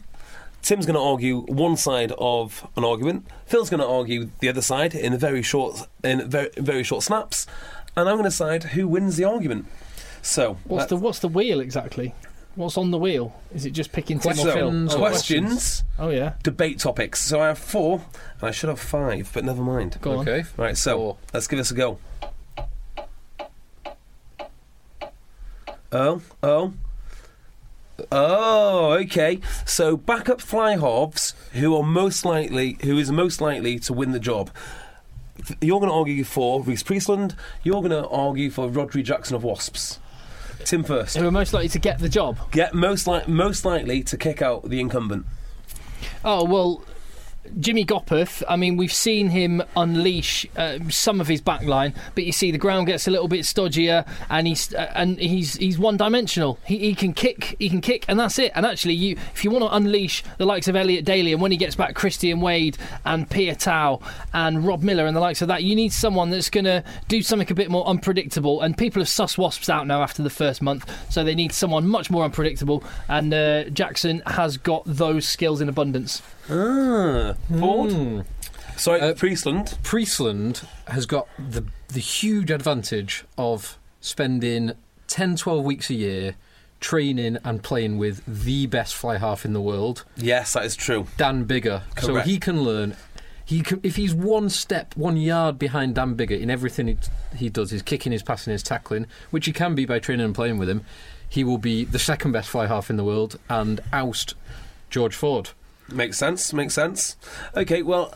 [SPEAKER 2] Tim's going to argue one side of an argument. Phil's going to argue the other side in very short in very, very short snaps, and I'm going to decide who wins the argument. So uh,
[SPEAKER 1] What's
[SPEAKER 2] let's-
[SPEAKER 1] the what's the wheel exactly? What's on the wheel? Is it just picking Tim or
[SPEAKER 2] so,
[SPEAKER 1] Phil?
[SPEAKER 3] Questions.
[SPEAKER 2] questions,
[SPEAKER 3] Oh, questions.
[SPEAKER 1] Oh yeah,
[SPEAKER 2] debate topics. So I have four, and I should have five, but never mind.
[SPEAKER 1] go on.
[SPEAKER 3] okay.
[SPEAKER 2] Right, so
[SPEAKER 3] Four.
[SPEAKER 2] let's give this a go. Oh, oh. Oh, okay. So backup fly halves who are most likely who is most likely to win the job. You're going to argue for Reese Priestland. You're going to argue for Rodri Jackson of Wasps. Tim first.
[SPEAKER 1] Who are most likely to get the job?
[SPEAKER 2] Get most like most likely to kick out the incumbent.
[SPEAKER 1] Oh well, Jimmy Gopeth. I mean, we've seen him unleash uh, some of his backline, but you see the ground gets a little bit stodgier, and he's uh, and he's he's one dimensional. He, he can kick, he can kick, and that's it. And actually, you if you want to unleash the likes of Elliot Daly, and when he gets back, Christian Wade and Pierre Tau and Rob Miller and the likes of that, you need someone that's going to do something a bit more unpredictable. And people have sussed Wasps out now after the first month, so they need someone much more unpredictable. And uh, Jackson has got those skills in abundance.
[SPEAKER 2] Ah, Ford. Sorry, Priestland.
[SPEAKER 3] Priestland has got the the huge advantage of spending 10, 12 weeks a year training and playing with the best fly half in the world,
[SPEAKER 2] Yes, that is true.
[SPEAKER 3] Dan Bigger. So
[SPEAKER 2] Correct.
[SPEAKER 3] he can learn. He can, if he's one step, one yard behind Dan Bigger in everything he, he does, his kicking, his passing, his tackling, which he can be by training and playing with him, he will be the second best fly half in the world and oust George Ford.
[SPEAKER 2] Makes sense, makes sense. Okay, well,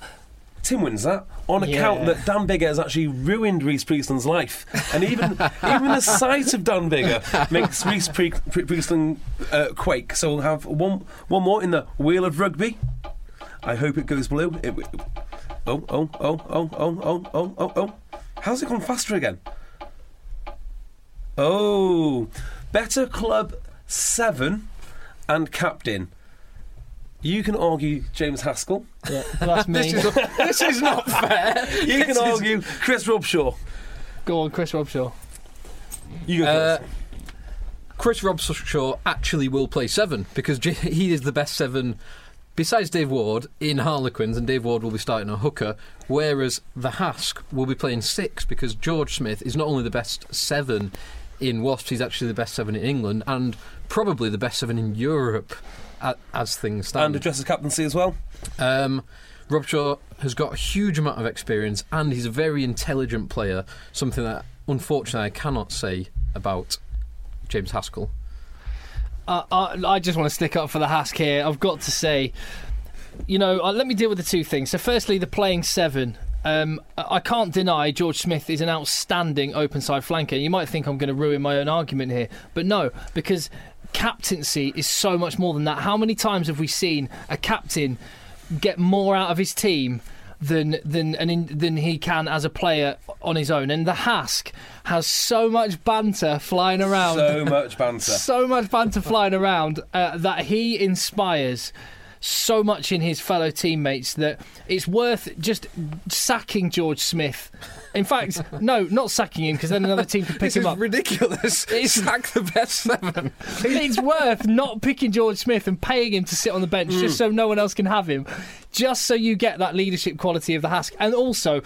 [SPEAKER 2] Tim wins that on account
[SPEAKER 1] Yeah.
[SPEAKER 2] that Dan Bigger has actually ruined Reese Priestland's life. And even even the sight of Dan Bigger makes Reese Pre- Pre- Priestland uh, quake. So we'll have one one more in the Wheel of Rugby. I hope it goes blue. It, w oh, oh, oh, oh, oh, oh, oh, oh, oh. How's it gone faster again? Oh, better club seven and captain. You can argue James Haskell.
[SPEAKER 1] Yeah, that's me.
[SPEAKER 3] This is, this is not fair.
[SPEAKER 2] You
[SPEAKER 3] This
[SPEAKER 2] can
[SPEAKER 3] is-
[SPEAKER 2] argue Chris Robshaw.
[SPEAKER 1] Go on, Chris Robshaw.
[SPEAKER 2] You go
[SPEAKER 3] Uh,
[SPEAKER 2] first.
[SPEAKER 3] Chris Robshaw actually will play seven because J- he is the best seven, besides Dave Ward, in Harlequins, and Dave Ward will be starting a hooker, whereas the Hask will be playing six because George Smith is not only the best seven in Wasps, he's actually the best seven in England and probably the best seven in Europe a as things stand.
[SPEAKER 2] and address the captaincy as well.
[SPEAKER 3] Um, Robshaw has got a huge amount of experience and he's a very intelligent player, something that unfortunately I cannot say about James Haskell.
[SPEAKER 1] I, I, I just want to stick up for the Hask here. I've got to say, you know, uh, let me deal with the two things. So, firstly, the playing seven. Um, I I can't deny George Smith is an outstanding open side flanker. You might think I'm going to ruin my own argument here, but no, because captaincy is so much more than that. How many times have we seen a captain get more out of his team than than an in, than he can as a player on his own? And the Hask has so much banter flying around
[SPEAKER 2] So much banter.
[SPEAKER 1] so much banter flying around uh, that he inspires so much in his fellow teammates that it's worth just sacking George Smith. In fact, no, not sacking him because then another team could pick
[SPEAKER 3] This
[SPEAKER 1] him
[SPEAKER 3] is
[SPEAKER 1] up.
[SPEAKER 3] ridiculous.
[SPEAKER 1] It's-
[SPEAKER 3] Sack the best seven.
[SPEAKER 1] it's worth not picking George Smith and paying him to sit on the bench just
[SPEAKER 3] Mm.
[SPEAKER 1] so no one else can have him, just so you get that leadership quality of the Hask. And also,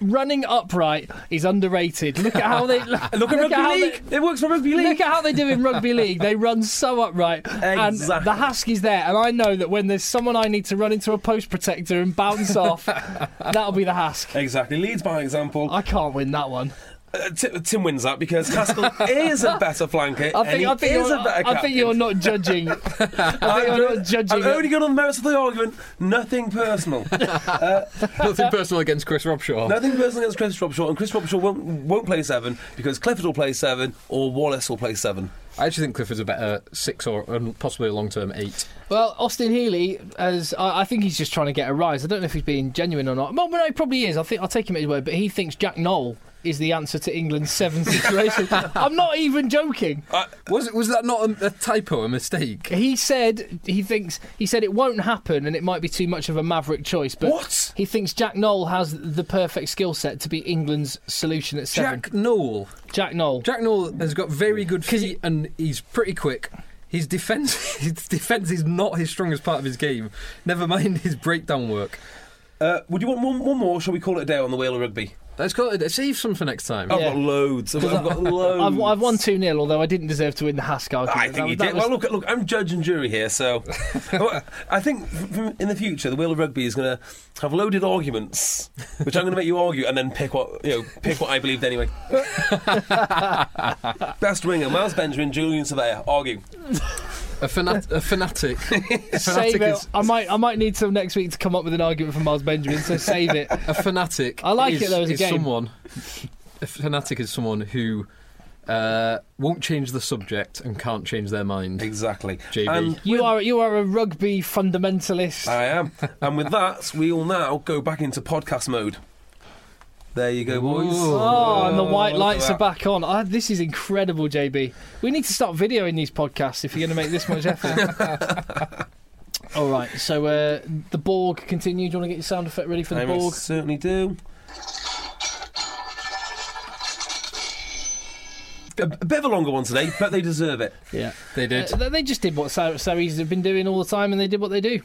[SPEAKER 1] running upright is underrated. Look at how they look,
[SPEAKER 2] Look at rugby
[SPEAKER 1] how they-
[SPEAKER 2] league. it works for rugby league.
[SPEAKER 1] Look at how they do in rugby league. They run so upright, and
[SPEAKER 2] Exactly.
[SPEAKER 1] the Husky's there. And I know that when there's someone I need to run into a post protector and bounce off, that'll be the Husk.
[SPEAKER 2] exactly. Leads by example.
[SPEAKER 1] I can't win that one.
[SPEAKER 2] Uh, Ti- Tim wins that because Haskell is a better flanker.
[SPEAKER 1] I
[SPEAKER 2] and
[SPEAKER 1] think,
[SPEAKER 2] he
[SPEAKER 1] I think,
[SPEAKER 2] is
[SPEAKER 1] you're,
[SPEAKER 2] a better
[SPEAKER 1] I think
[SPEAKER 2] captain.
[SPEAKER 1] you're not judging. I think you're not judging.
[SPEAKER 2] I'm only going on the merits of the argument. Nothing personal.
[SPEAKER 3] Nothing personal against Chris Robshaw.
[SPEAKER 2] Nothing personal against Chris Robshaw, and Chris Robshaw won't, won't play seven because Clifford will play seven or Wallace will play seven.
[SPEAKER 3] I actually think Clifford's a better six or um, possibly a long-term eight.
[SPEAKER 1] Well, Austin Healy, as I, I think he's just trying to get a rise. I don't know if he's being genuine or not. Well, no, he probably is. I think I'll take him at his word. But he thinks Jack Knoll is the answer to England's seven situation. I'm not even joking.
[SPEAKER 2] Uh,
[SPEAKER 3] Was it? Was that not a, a typo, a mistake?
[SPEAKER 1] He said he thinks he said it won't happen and it might be too much of a maverick choice. But
[SPEAKER 2] What?
[SPEAKER 1] he thinks Jack Knoll has the perfect skill set to be England's solution at seven.
[SPEAKER 3] Jack Noel.
[SPEAKER 1] Jack Knoll.
[SPEAKER 3] Jack Noel has got very good feet and he's pretty quick. His defense, his defense is not his strongest part of his game. Never mind his breakdown work.
[SPEAKER 2] Uh, would you want one, one more? or Shall we call it a day on the wheel of rugby?
[SPEAKER 3] Let's call it. Save some for next time.
[SPEAKER 2] I've
[SPEAKER 1] Yeah.
[SPEAKER 2] got loads. I've, I've got loads.
[SPEAKER 1] I've, I've won two 0 although I didn't deserve to win the Hask argument.
[SPEAKER 2] I think
[SPEAKER 1] That-
[SPEAKER 2] he
[SPEAKER 1] that
[SPEAKER 2] did.
[SPEAKER 1] was-
[SPEAKER 2] Well, look, look, I'm judge and jury here, so I think f- f- in the future the wheel of rugby is going to have loaded arguments, which I'm going to make you argue and then pick what you know, pick what I believed anyway. Best winger, Miles Benjamin, Julian Surveyor, argue.
[SPEAKER 3] A, fanat- a fanatic. a
[SPEAKER 1] Save
[SPEAKER 3] fanatic
[SPEAKER 1] it.
[SPEAKER 3] is.
[SPEAKER 1] I might, I might need till next week to come up with an argument for Miles Benjamin. So save it.
[SPEAKER 3] A fanatic.
[SPEAKER 1] I like
[SPEAKER 3] is,
[SPEAKER 1] it though as a
[SPEAKER 3] is
[SPEAKER 1] game.
[SPEAKER 3] someone. A fanatic is someone who uh, won't change the subject and can't change their mind.
[SPEAKER 2] Exactly.
[SPEAKER 3] JB.
[SPEAKER 2] And
[SPEAKER 1] You are, you are a rugby fundamentalist.
[SPEAKER 2] I am. And with that, we will now go back into podcast mode. There you go, boys.
[SPEAKER 1] Oh, and the white
[SPEAKER 2] look at
[SPEAKER 1] lights are
[SPEAKER 2] that.
[SPEAKER 1] back on. Ah, this is incredible, JB. We need to start videoing these podcasts if you're going to make this much effort. All right, so uh, the Borg continue. Do you want to get your sound effect ready for the
[SPEAKER 2] I
[SPEAKER 1] Borg?
[SPEAKER 2] most certainly do. A, a bit of a longer one today, but they deserve it.
[SPEAKER 1] Yeah,
[SPEAKER 3] They did.
[SPEAKER 1] Uh, they- they just did what Sar- Saris have been doing all the time, and they did what they do.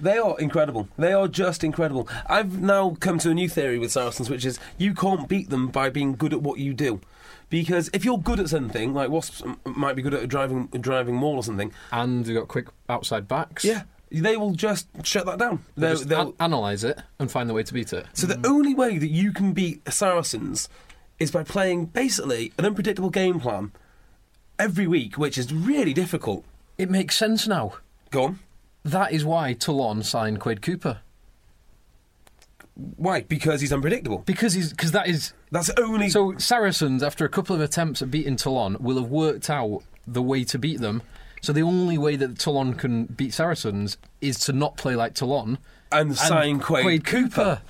[SPEAKER 2] They are incredible. They are just incredible. I've now come to a new theory with Saracens, which is you can't beat them by being good at what you do. Because if you're good at something, like Wasps m- might be good at a driving driving maul or something,
[SPEAKER 3] and they got quick outside backs.
[SPEAKER 2] yeah, they will just shut that down.
[SPEAKER 3] They
[SPEAKER 2] They'll,
[SPEAKER 3] just
[SPEAKER 2] they'll-
[SPEAKER 3] an- analyze it and find the way to beat it.
[SPEAKER 2] so the only way that you can beat Saracens is by playing basically an unpredictable game plan every week, which is really difficult.
[SPEAKER 3] It makes sense now.
[SPEAKER 2] Go on.
[SPEAKER 3] That is why Toulon signed Quade Cooper
[SPEAKER 2] Why? Because he's unpredictable.
[SPEAKER 3] because he's because that is
[SPEAKER 2] That's only
[SPEAKER 3] so Saracens after a couple of attempts at beating Toulon will have worked out the way to beat them. So the only way that Toulon can beat Saracens is to not play like Toulon
[SPEAKER 2] and sign Quade,
[SPEAKER 3] Quade Cooper.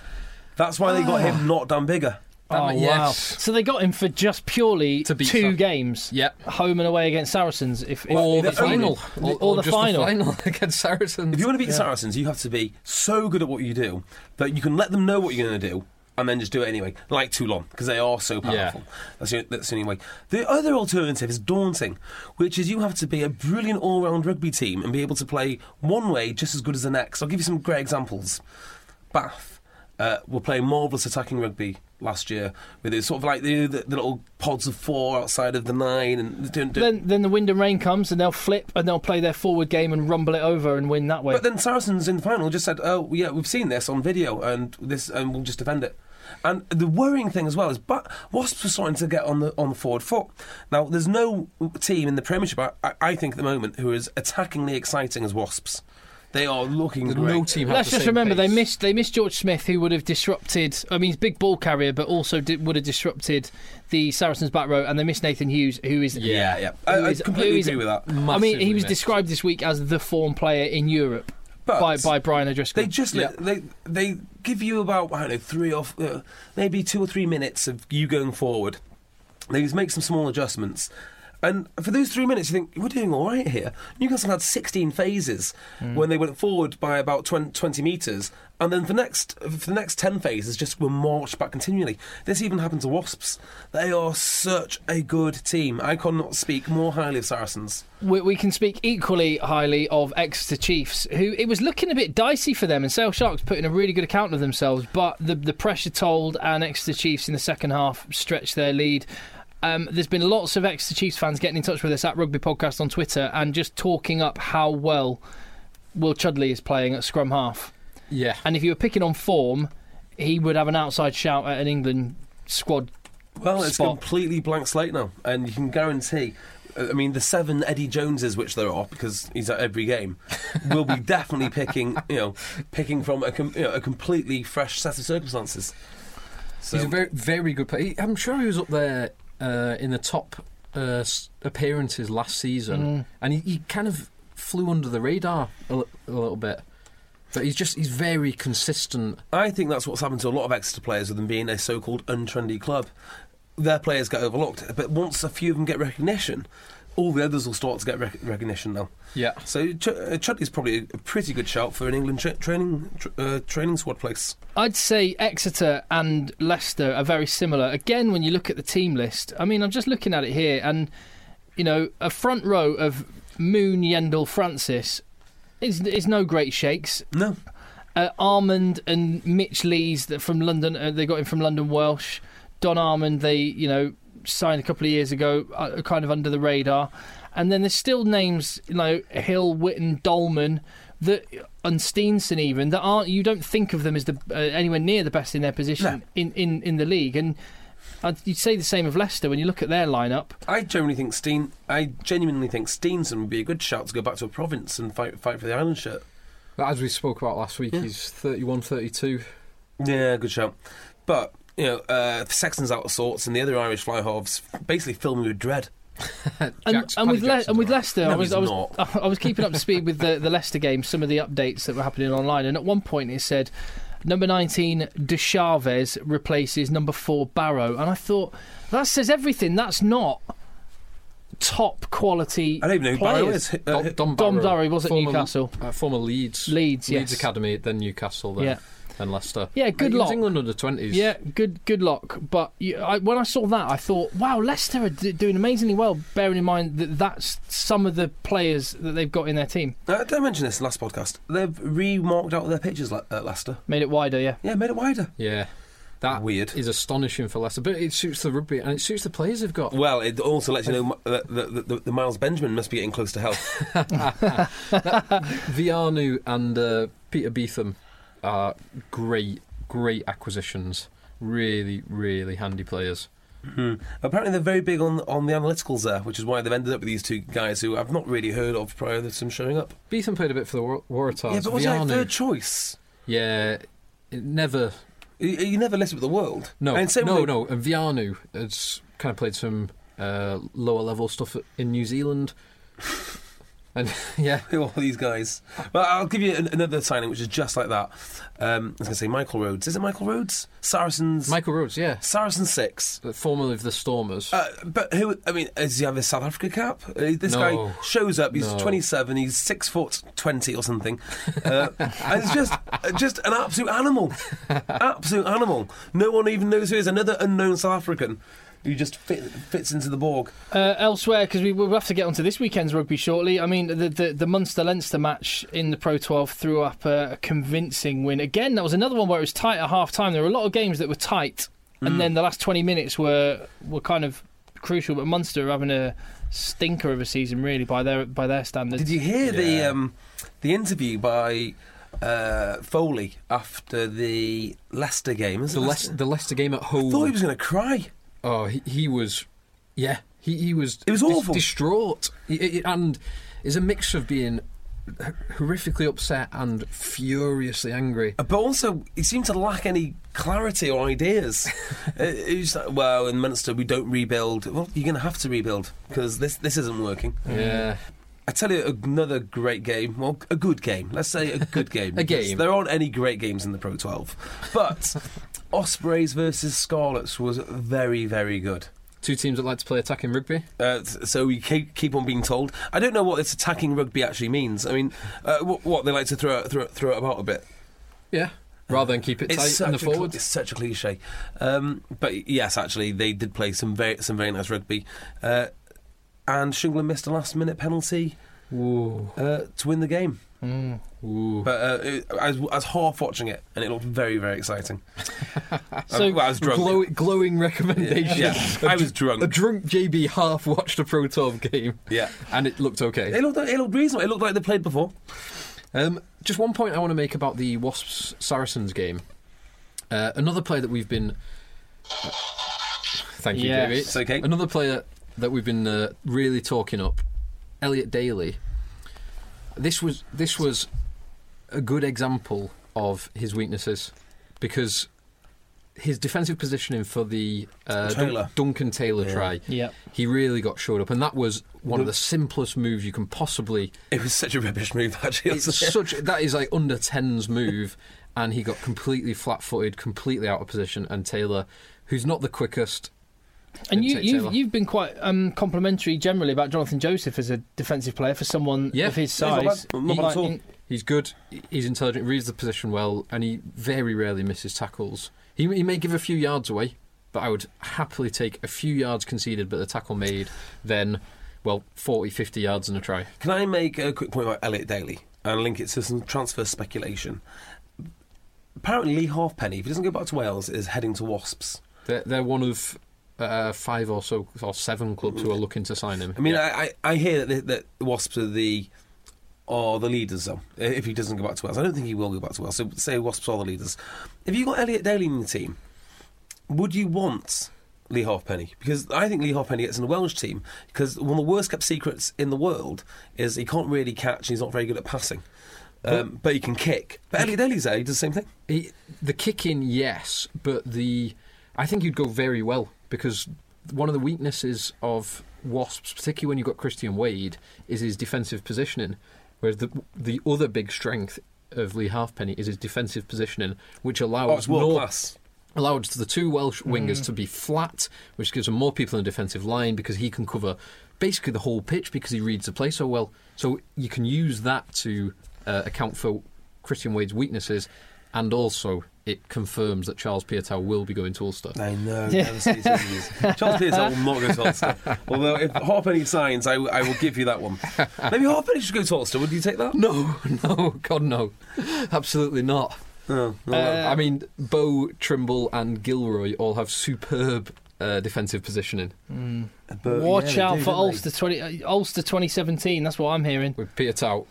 [SPEAKER 2] That's why they got him not done bigger.
[SPEAKER 3] That
[SPEAKER 1] Oh
[SPEAKER 3] might-
[SPEAKER 1] wow!
[SPEAKER 3] yes.
[SPEAKER 1] So they got him for just purely
[SPEAKER 3] To beat
[SPEAKER 1] two
[SPEAKER 3] Sa-
[SPEAKER 1] games.
[SPEAKER 3] Yep.
[SPEAKER 1] home and away against Saracens. If, if
[SPEAKER 3] Or
[SPEAKER 1] if
[SPEAKER 3] the
[SPEAKER 1] they needed.
[SPEAKER 3] final,
[SPEAKER 1] or, the
[SPEAKER 3] just
[SPEAKER 1] final.
[SPEAKER 3] the final against Saracens.
[SPEAKER 2] If you want to beat the Saracens, you have to be so good at what you do that you can let them know what you're going to do and then just do it anyway, like Toulon, because they are so powerful. That's, the, that's the only way. The other alternative is daunting, which is you have to be a brilliant all round rugby team and be able to play one way just as good as the next. I'll give you some great examples. Bath uh, were playing marvellous attacking rugby last year with it sort of like the, the, the little pods of four outside of the nine and doing, doing,
[SPEAKER 1] Then, then the wind and rain comes, and they'll flip, and they'll play their forward game and rumble it over and win that way.
[SPEAKER 2] But then Saracens in the final just said, "Oh yeah, we've seen this on video, and this, and we'll just defend it." And the worrying thing as well is, but Wasps are starting to get on the on the forward foot. Now, there's no team in the Premiership, I, I- I think, at the moment, who is attackingly exciting as Wasps. They are looking great.
[SPEAKER 3] no team. has
[SPEAKER 1] Let's
[SPEAKER 3] the
[SPEAKER 1] just
[SPEAKER 3] same
[SPEAKER 1] remember they
[SPEAKER 3] pace.
[SPEAKER 1] missed they missed George Smith, who would have disrupted. I mean, he's a big ball carrier, but also did, would have disrupted the Saracens' back row, and they missed Nathan Hughes, who is
[SPEAKER 2] Yeah, yeah, I,
[SPEAKER 1] who
[SPEAKER 2] I
[SPEAKER 1] is- who
[SPEAKER 2] completely
[SPEAKER 1] is-
[SPEAKER 2] agree with that.
[SPEAKER 1] I mean, he
[SPEAKER 3] Massively
[SPEAKER 1] was
[SPEAKER 3] missed.
[SPEAKER 1] described this week as the form player in Europe
[SPEAKER 2] But
[SPEAKER 1] by by Brian O'Driscoll.
[SPEAKER 2] They just
[SPEAKER 3] Yeah.
[SPEAKER 2] they they give you about I don't know three or f- uh, maybe two or three minutes of you going forward. They just make some small adjustments. And for those three minutes, you think we're doing all right here. Newcastle had 16 phases when they went forward by about 20, meters, and then for next for the next 10 phases, just were marched back continually. This even happened to Wasps. They are such a good team. I cannot speak more highly of Saracens.
[SPEAKER 1] we, we can speak equally highly of Exeter Chiefs, who it was looking a bit dicey for them, and Sale Sharks put in a really good account of themselves, but the, the pressure told, and Exeter Chiefs in the second half stretched their lead. Um, there's been lots of Exeter Chiefs fans getting in touch with us at Rugby Podcast on Twitter and just talking up how well Will Chudley is playing at scrum half.
[SPEAKER 3] Yeah,
[SPEAKER 1] And if you were picking on form, he would have an outside shout at an England squad.
[SPEAKER 2] Well, it's
[SPEAKER 1] spot.
[SPEAKER 2] completely blank slate now, and you can guarantee. uh, I mean, the seven Eddie Joneses, which there are, because he's at every game, will be definitely picking, you know, picking from a, com- you know, a completely fresh set of circumstances. So,
[SPEAKER 3] he's a very very good player. He- I'm sure he was up there uh, in the top uh, s- appearances last
[SPEAKER 1] Mm.
[SPEAKER 3] season, and he, he kind of flew under the radar a, li- a little bit. But he's just he's very consistent.
[SPEAKER 2] I think that's what's happened to a lot of Exeter players with them being a so-called untrendy club. Their players get overlooked, but once a few of them get recognition, all the others will start to get rec- recognition now.
[SPEAKER 3] Yeah,
[SPEAKER 2] So Ch- uh, Chudley's probably a pretty good shout for an England tra- training tr- uh, training squad place.
[SPEAKER 1] I'd say Exeter and Leicester are very similar. Again, when you look at the team list, I mean, I'm just looking at it here, and you know, a front row of Moon, Yendel, Francis is is no great shakes.
[SPEAKER 2] No,
[SPEAKER 1] Uh, Armand and Mitch Lees that from London, uh, they got him from London Welsh. Don Armand, they you know signed a couple of years ago, uh, kind of under the radar. And then there's still names you know Hill, Witten, Dolman, that and Steenson even that aren't you don't think of them as the uh, anywhere near the best in their position
[SPEAKER 2] No.
[SPEAKER 1] in, in in the league. And uh, you'd say the same of Leicester when you look at their lineup.
[SPEAKER 2] I genuinely think Steen. I genuinely think Steenson would be a good shout to go back to a province and fight fight for the island shirt.
[SPEAKER 3] but as we spoke about last week, he's 31, 32.
[SPEAKER 2] Yeah, good shout. But you know, uh, Sexton's out of sorts, and the other Irish fly halves basically fill me with dread.
[SPEAKER 1] And,
[SPEAKER 3] Jack's-
[SPEAKER 1] and with Le-
[SPEAKER 3] Paddy Jackson's
[SPEAKER 1] and with
[SPEAKER 3] all right.
[SPEAKER 1] Leicester,
[SPEAKER 2] No,
[SPEAKER 1] I was
[SPEAKER 2] he's
[SPEAKER 1] I was
[SPEAKER 2] not.
[SPEAKER 1] I was keeping up to speed with the the Leicester game, some of the updates that were happening online, and at one point it said number nineteen De Chaves replaces number four Barrow, and I thought that says everything. That's not top quality.
[SPEAKER 2] I don't even know who
[SPEAKER 1] players.
[SPEAKER 2] Barrow is. Uh,
[SPEAKER 3] Don, Don
[SPEAKER 1] Don
[SPEAKER 3] Barrow,
[SPEAKER 1] Barrow was at
[SPEAKER 3] former-
[SPEAKER 1] Newcastle.
[SPEAKER 3] uh, former Leeds,
[SPEAKER 1] Leeds, yes.
[SPEAKER 3] Academy, then Newcastle, then,
[SPEAKER 1] Yeah.
[SPEAKER 3] then Leicester.
[SPEAKER 1] Yeah, good
[SPEAKER 3] He was
[SPEAKER 1] luck.
[SPEAKER 3] England under twenties.
[SPEAKER 1] Yeah, good good luck. But you, I, when I saw that, I thought, wow, Leicester are d- doing amazingly well. Bearing in mind that that's some of the players that they've got in their team.
[SPEAKER 2] uh, did I mention this last podcast? They've re-marked out their pitches le- at Leicester.
[SPEAKER 1] Made it wider, yeah.
[SPEAKER 2] Yeah, made it wider.
[SPEAKER 3] yeah. That
[SPEAKER 2] Weird.
[SPEAKER 3] is astonishing for Leicester, but it suits the rugby and it suits the players they've got.
[SPEAKER 2] Well, it also lets you know that the, the, the, the Miles Benjamin must be getting close to health.
[SPEAKER 3] Vianu and uh, Peter Beetham are great, great acquisitions. Really, really handy players.
[SPEAKER 2] Apparently, they're very big on on the analyticals there, which is why they've ended up with these two guys who I've not really heard of prior to them showing up.
[SPEAKER 3] Beetham played a bit for the War- Waratahs.
[SPEAKER 2] yeah, but was that
[SPEAKER 3] Vianu,
[SPEAKER 2] third choice?
[SPEAKER 3] yeah, it never.
[SPEAKER 2] You, you never list with the world.
[SPEAKER 3] No,
[SPEAKER 2] And same
[SPEAKER 3] no,
[SPEAKER 2] with-
[SPEAKER 3] no. And Vianu has kind of played some uh, lower level stuff in New Zealand. And yeah,
[SPEAKER 2] Who are these guys? Well, I'll give you an, another signing which is just like that. Um, I was going to say Michael Rhodes. Is it Michael Rhodes? Saracens.
[SPEAKER 3] Michael Rhodes, yeah,
[SPEAKER 2] Saracen Six.
[SPEAKER 3] the formerly of the Stormers.
[SPEAKER 2] Uh, but who? I mean, does he have his South Africa cap? Uh, this
[SPEAKER 3] No.
[SPEAKER 2] guy shows up. He's
[SPEAKER 3] No.
[SPEAKER 2] 27. He's six foot 20 or something. Uh, and it's just, uh, just an absolute animal, absolute animal. No one even knows who he is. Another unknown South African who just fit, fits into the Borg.
[SPEAKER 1] Uh, elsewhere, because we will have to get onto this weekend's rugby shortly. I mean, the the, the Munster Leinster match in the Pro 12 threw up a, a convincing win. Again, that was another one where it was tight at half time. There were a lot of games that were tight,
[SPEAKER 3] Mm.
[SPEAKER 1] and then the last 20 minutes were were kind of crucial. But Munster are having a stinker of a season, really, by their by their standards.
[SPEAKER 2] Did you hear the
[SPEAKER 3] Yeah.
[SPEAKER 2] um, the interview by uh, Foley after the Leicester game? Is it
[SPEAKER 3] the, Leic- the Leicester game at home.
[SPEAKER 2] I thought he was going to cry.
[SPEAKER 3] Oh, he, he was, yeah, he, he was.
[SPEAKER 2] It was
[SPEAKER 3] dis-
[SPEAKER 2] awful.
[SPEAKER 3] distraught, He- he- and is a mix of being h- horrifically upset and furiously angry.
[SPEAKER 2] But also, he seemed to lack any clarity or ideas. it, it was like, well, in Munster, we don't rebuild. Well, you're going to have to rebuild because this, this isn't working.
[SPEAKER 3] Yeah,
[SPEAKER 2] I tell you another great game. Well, a good game. Let's say a good game.
[SPEAKER 3] A
[SPEAKER 2] because
[SPEAKER 3] game.
[SPEAKER 2] There aren't any great games in the Pro 12. But Ospreys versus Scarlets was very, very good.
[SPEAKER 3] two teams that like to play attacking rugby.
[SPEAKER 2] Uh, s- so we keep, keep on being told. I don't know what this attacking rugby actually means. I mean, uh, what, what they like to throw throw throw it about a bit.
[SPEAKER 3] Yeah, rather than keep it tight in the
[SPEAKER 2] a cl-
[SPEAKER 3] forwards.
[SPEAKER 2] it's such a cliche. Um, but yes, actually, they did play some very some very nice rugby. Uh, and Shungler missed a last minute penalty
[SPEAKER 3] Ooh, Hmm.
[SPEAKER 2] uh, to win the game.
[SPEAKER 3] ooh.
[SPEAKER 2] But uh, it, I, was, I was half watching it, and it looked very very exciting.
[SPEAKER 1] So-
[SPEAKER 2] I, well, I was drunk.
[SPEAKER 3] Glow- glowing recommendation.
[SPEAKER 2] yeah, I was
[SPEAKER 3] A
[SPEAKER 2] drunk.
[SPEAKER 3] drunk JB half watched a Pro 12 game.
[SPEAKER 2] Yeah.
[SPEAKER 3] and it looked okay.
[SPEAKER 2] It looked, it looked reasonable. It looked like they played before.
[SPEAKER 3] Um, just one point I want to make about the Wasps Saracens game. Uh, another player that we've been. uh, Thank you,
[SPEAKER 1] Yes.
[SPEAKER 3] David.
[SPEAKER 2] It's okay.
[SPEAKER 3] Another player that we've been uh, really talking up, Elliot Daly. This was this was a good example of his weaknesses because his defensive positioning for the uh, Dun-
[SPEAKER 2] Taylor.
[SPEAKER 3] Duncan Taylor try,
[SPEAKER 1] Yeah.
[SPEAKER 3] he really got showed up, and that was one of the simplest moves you can possibly
[SPEAKER 2] It was such a rubbish move, actually.
[SPEAKER 3] it's such that is like under tens move, and he got completely flat-footed, completely out of position. And Taylor, who's not the quickest,
[SPEAKER 1] And you,
[SPEAKER 3] Take Taylor.
[SPEAKER 1] you've, you've been quite um, complimentary generally about Jonathan Joseph as a defensive player for someone
[SPEAKER 3] Yeah.
[SPEAKER 1] of his
[SPEAKER 2] Yeah, he's not
[SPEAKER 1] size.
[SPEAKER 2] bad. Not bad at all.
[SPEAKER 1] in-
[SPEAKER 3] he's good, he's intelligent, reads the position well, and he very rarely misses tackles. He, he may give a few yards away, but I would happily take a few yards conceded, but the tackle made, then well 40, 50 yards and a try.
[SPEAKER 2] Can I make a quick point about Elliot Daly and link it to some transfer speculation? Apparently, Lee Halfpenny, if he doesn't go back to Wales, is heading to Wasps.
[SPEAKER 3] They're, they're one of uh, five or so or seven clubs who are looking to sign him.
[SPEAKER 2] I mean,
[SPEAKER 3] Yeah.
[SPEAKER 2] I, I, I hear that the, that the Wasps are the are the leaders though. If he doesn't go back to Wales, I don't think he will go back to Wales. So say Wasps are the leaders. If you got Elliot Daly in the team, would you want Lee Halfpenny? Because I think Lee Halfpenny gets in the Welsh team because one of the worst kept secrets in the world is he can't really catch. and He's not very good at passing, um, but he can kick. But Elliot Daly's there. He does the same thing.
[SPEAKER 3] He, the kicking, yes, but the I think you'd go very well because one of the weaknesses of Wasps, particularly when you've got Christian Wade, is his defensive positioning. Whereas the the other big strength of Lee Halfpenny is his defensive positioning, which
[SPEAKER 2] Oh,
[SPEAKER 3] allows
[SPEAKER 2] it's world
[SPEAKER 3] Nor-
[SPEAKER 2] class.
[SPEAKER 3] allowed the two Welsh wingers to be flat, which gives him more people in the defensive line because he can cover basically the whole pitch because he reads the play so well. So you can use that to uh, account for Christian Wade's weaknesses, and also it confirms that Charles Piatow will be going to Ulster.
[SPEAKER 2] I know. devastating news. Charles Pearson will not go to Ulster. Although, if Harpenny signs, I, w- I will give you that one. Maybe Harpenny should go to Ulster. Would you take that?
[SPEAKER 3] No, no, God, no, absolutely not. Um,
[SPEAKER 2] No.
[SPEAKER 1] Uh,
[SPEAKER 3] I mean, Bow, Trimble, and Gilroy all have superb uh, defensive positioning.
[SPEAKER 2] uh, But,
[SPEAKER 1] Watch
[SPEAKER 2] yeah, they
[SPEAKER 1] out
[SPEAKER 2] do,
[SPEAKER 1] for
[SPEAKER 2] don't they?
[SPEAKER 1] Ulster twenty uh, Ulster twenty seventeen. That's what I'm hearing.
[SPEAKER 3] With Piatow,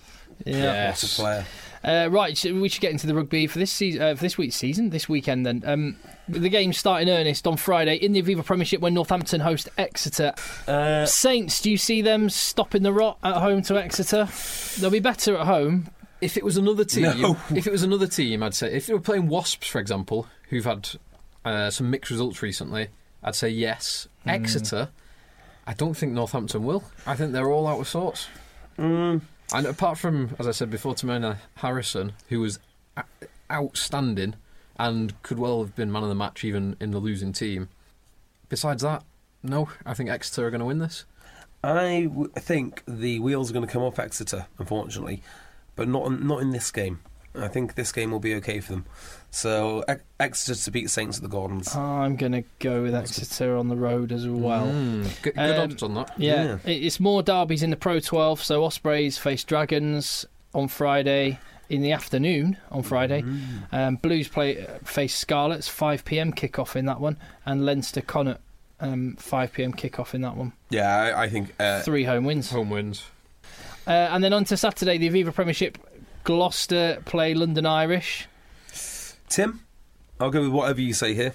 [SPEAKER 1] Yeah.
[SPEAKER 2] What a player.
[SPEAKER 1] Uh, right. So we should get into the rugby for this season. Uh, for this week's season, this weekend. Then um, the games start in earnest on Friday in the Aviva Premiership when Northampton host Exeter.
[SPEAKER 2] Uh,
[SPEAKER 1] Saints. Do you see them stopping the rot at home to Exeter? They'll be better at home.
[SPEAKER 3] If it was another team,
[SPEAKER 2] No.
[SPEAKER 3] if it was another team, I'd say if they were playing Wasps, for example, who've had uh, some mixed results recently, I'd say yes. Exeter, I don't think Northampton will. I think they're all out of sorts. And apart from, as I said before, Tamina Harrison, who was a- outstanding and could well have been man of the match even in the losing team, besides that, no, I think Exeter are going to win this.
[SPEAKER 2] I w- think the wheels are going to come off Exeter, unfortunately, but not not in this game. I think this game will be okay for them. So Ex- Exeter to beat Saints at the Gardens.
[SPEAKER 1] I'm gonna go with Exeter on the road as well.
[SPEAKER 3] Mm, good, good
[SPEAKER 1] Oh. Um,
[SPEAKER 3] odds on that.
[SPEAKER 1] Yeah, It it's more derbies in the Pro 12. So Ospreys face Dragons on Friday in the afternoon on Friday. Um, Blues play face Scarlets 5 p.m. kickoff in that one, and Leinster Connacht um, 5 p.m. kickoff in that one.
[SPEAKER 2] Yeah, I, I think uh,
[SPEAKER 1] Three home wins.
[SPEAKER 3] Home wins.
[SPEAKER 1] Uh, and then on to Saturday, the Aviva Premiership. Gloucester play London Irish.
[SPEAKER 2] Tim. I'll go with whatever you say here.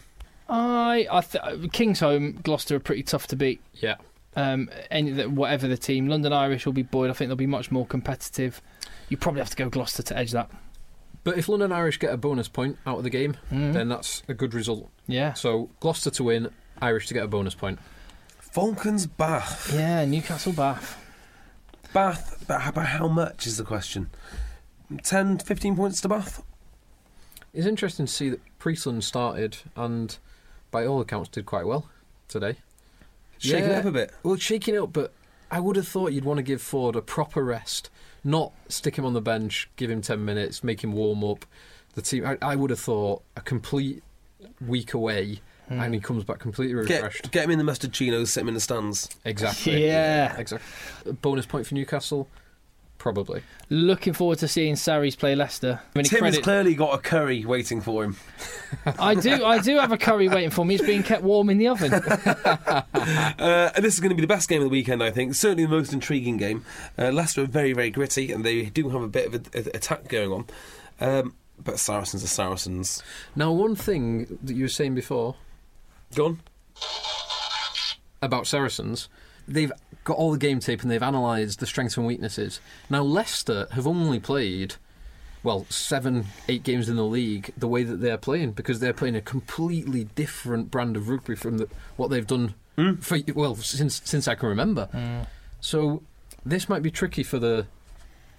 [SPEAKER 1] I, I th- uh, Kings home. Gloucester are pretty tough to beat.
[SPEAKER 3] Yeah.
[SPEAKER 1] um, any whatever the team. London Irish will be buoyed. I think they'll be much more competitive. You probably have to go Gloucester to edge that.
[SPEAKER 3] But if London Irish get a bonus point out of the game,
[SPEAKER 1] Mm.
[SPEAKER 3] then that's a good result.
[SPEAKER 1] Yeah,
[SPEAKER 3] So Gloucester to win, Irish to get a bonus point.
[SPEAKER 2] Falcons Bath.
[SPEAKER 1] yeah. Newcastle Bath.
[SPEAKER 2] Bath, but how, but how much is the question? 10, 15 points to Bath?
[SPEAKER 3] It's interesting to see that Priestland started and, by all accounts, did quite well today.
[SPEAKER 2] Shaking it
[SPEAKER 3] Yeah.
[SPEAKER 2] up a bit.
[SPEAKER 3] Well, shaking it up, but I would have thought you'd want to give Ford a proper rest, not stick him on the bench, give him 10 minutes, make him warm up. The team, I, I would have thought a complete week away
[SPEAKER 1] Hmm.
[SPEAKER 3] and he comes back completely refreshed.
[SPEAKER 2] Get, get him in the mustard chinos, sit him in the stands.
[SPEAKER 3] Exactly.
[SPEAKER 1] Yeah.
[SPEAKER 3] Exactly. Bonus point for Newcastle? Probably.
[SPEAKER 1] Looking forward to seeing Sarries play Leicester. I, mean,
[SPEAKER 2] Tim
[SPEAKER 1] credit-
[SPEAKER 2] has clearly got a curry waiting for him.
[SPEAKER 1] I do, I do have a curry waiting for me. It's being kept warm in the oven.
[SPEAKER 2] Uh, and this is going to be the best game of the weekend, I think. Certainly the most intriguing game. Uh, Leicester are very, very gritty, and they do have a bit of an attack going on. Um, but Saracens are Saracens.
[SPEAKER 3] Now, one thing that you were saying before
[SPEAKER 2] Gone.
[SPEAKER 3] about Saracens, they've got all the game tape and they've analysed the strengths and weaknesses. Now, Leicester have only played, well, seven, eight games in the league the way that they're playing because they're playing a completely different brand of rugby from the, what they've done
[SPEAKER 1] Hmm.
[SPEAKER 3] for well since since I can remember. So this might be tricky for the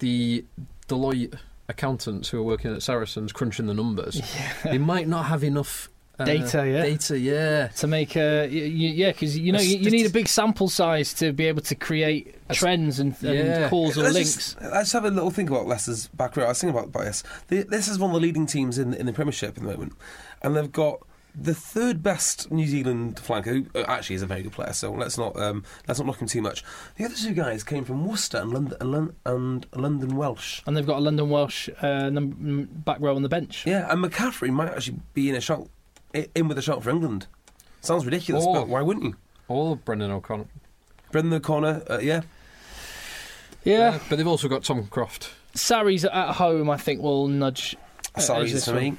[SPEAKER 3] the Deloitte accountants who are working at Saracens crunching the numbers. They might not have enough. uh,
[SPEAKER 1] Data, yeah.
[SPEAKER 3] Data, yeah.
[SPEAKER 1] to make a y- y- yeah, because you know you, you need a big sample size to be able to create trends and, and
[SPEAKER 3] Yeah.
[SPEAKER 1] causal
[SPEAKER 2] Let's
[SPEAKER 1] links.
[SPEAKER 2] Just, let's have a little think about Leicester's back row. I was thinking about bias. They, this is one of the leading teams in, in the Premiership at the moment, and they've got the third best New Zealand flanker, who uh, actually is a very good player. So let's not um, let's not knock him too much. The other two guys came from Worcester and London and, Lon- and London Welsh.
[SPEAKER 1] And they've got a London Welsh uh, num- back row on the bench.
[SPEAKER 2] Yeah, and McCaffrey might actually be in a shot i- in with a shot for England. Sounds ridiculous,
[SPEAKER 3] Oh.
[SPEAKER 2] but why wouldn't you?
[SPEAKER 3] Or Brendan O'Connor.
[SPEAKER 2] Brendan O'Connor, uh, yeah,
[SPEAKER 1] yeah.
[SPEAKER 3] Yeah, but they've also got Tom Croft.
[SPEAKER 1] Sarries at home, I think, will nudge. uh,
[SPEAKER 2] sorry
[SPEAKER 1] edge this
[SPEAKER 2] for
[SPEAKER 1] one.
[SPEAKER 2] me.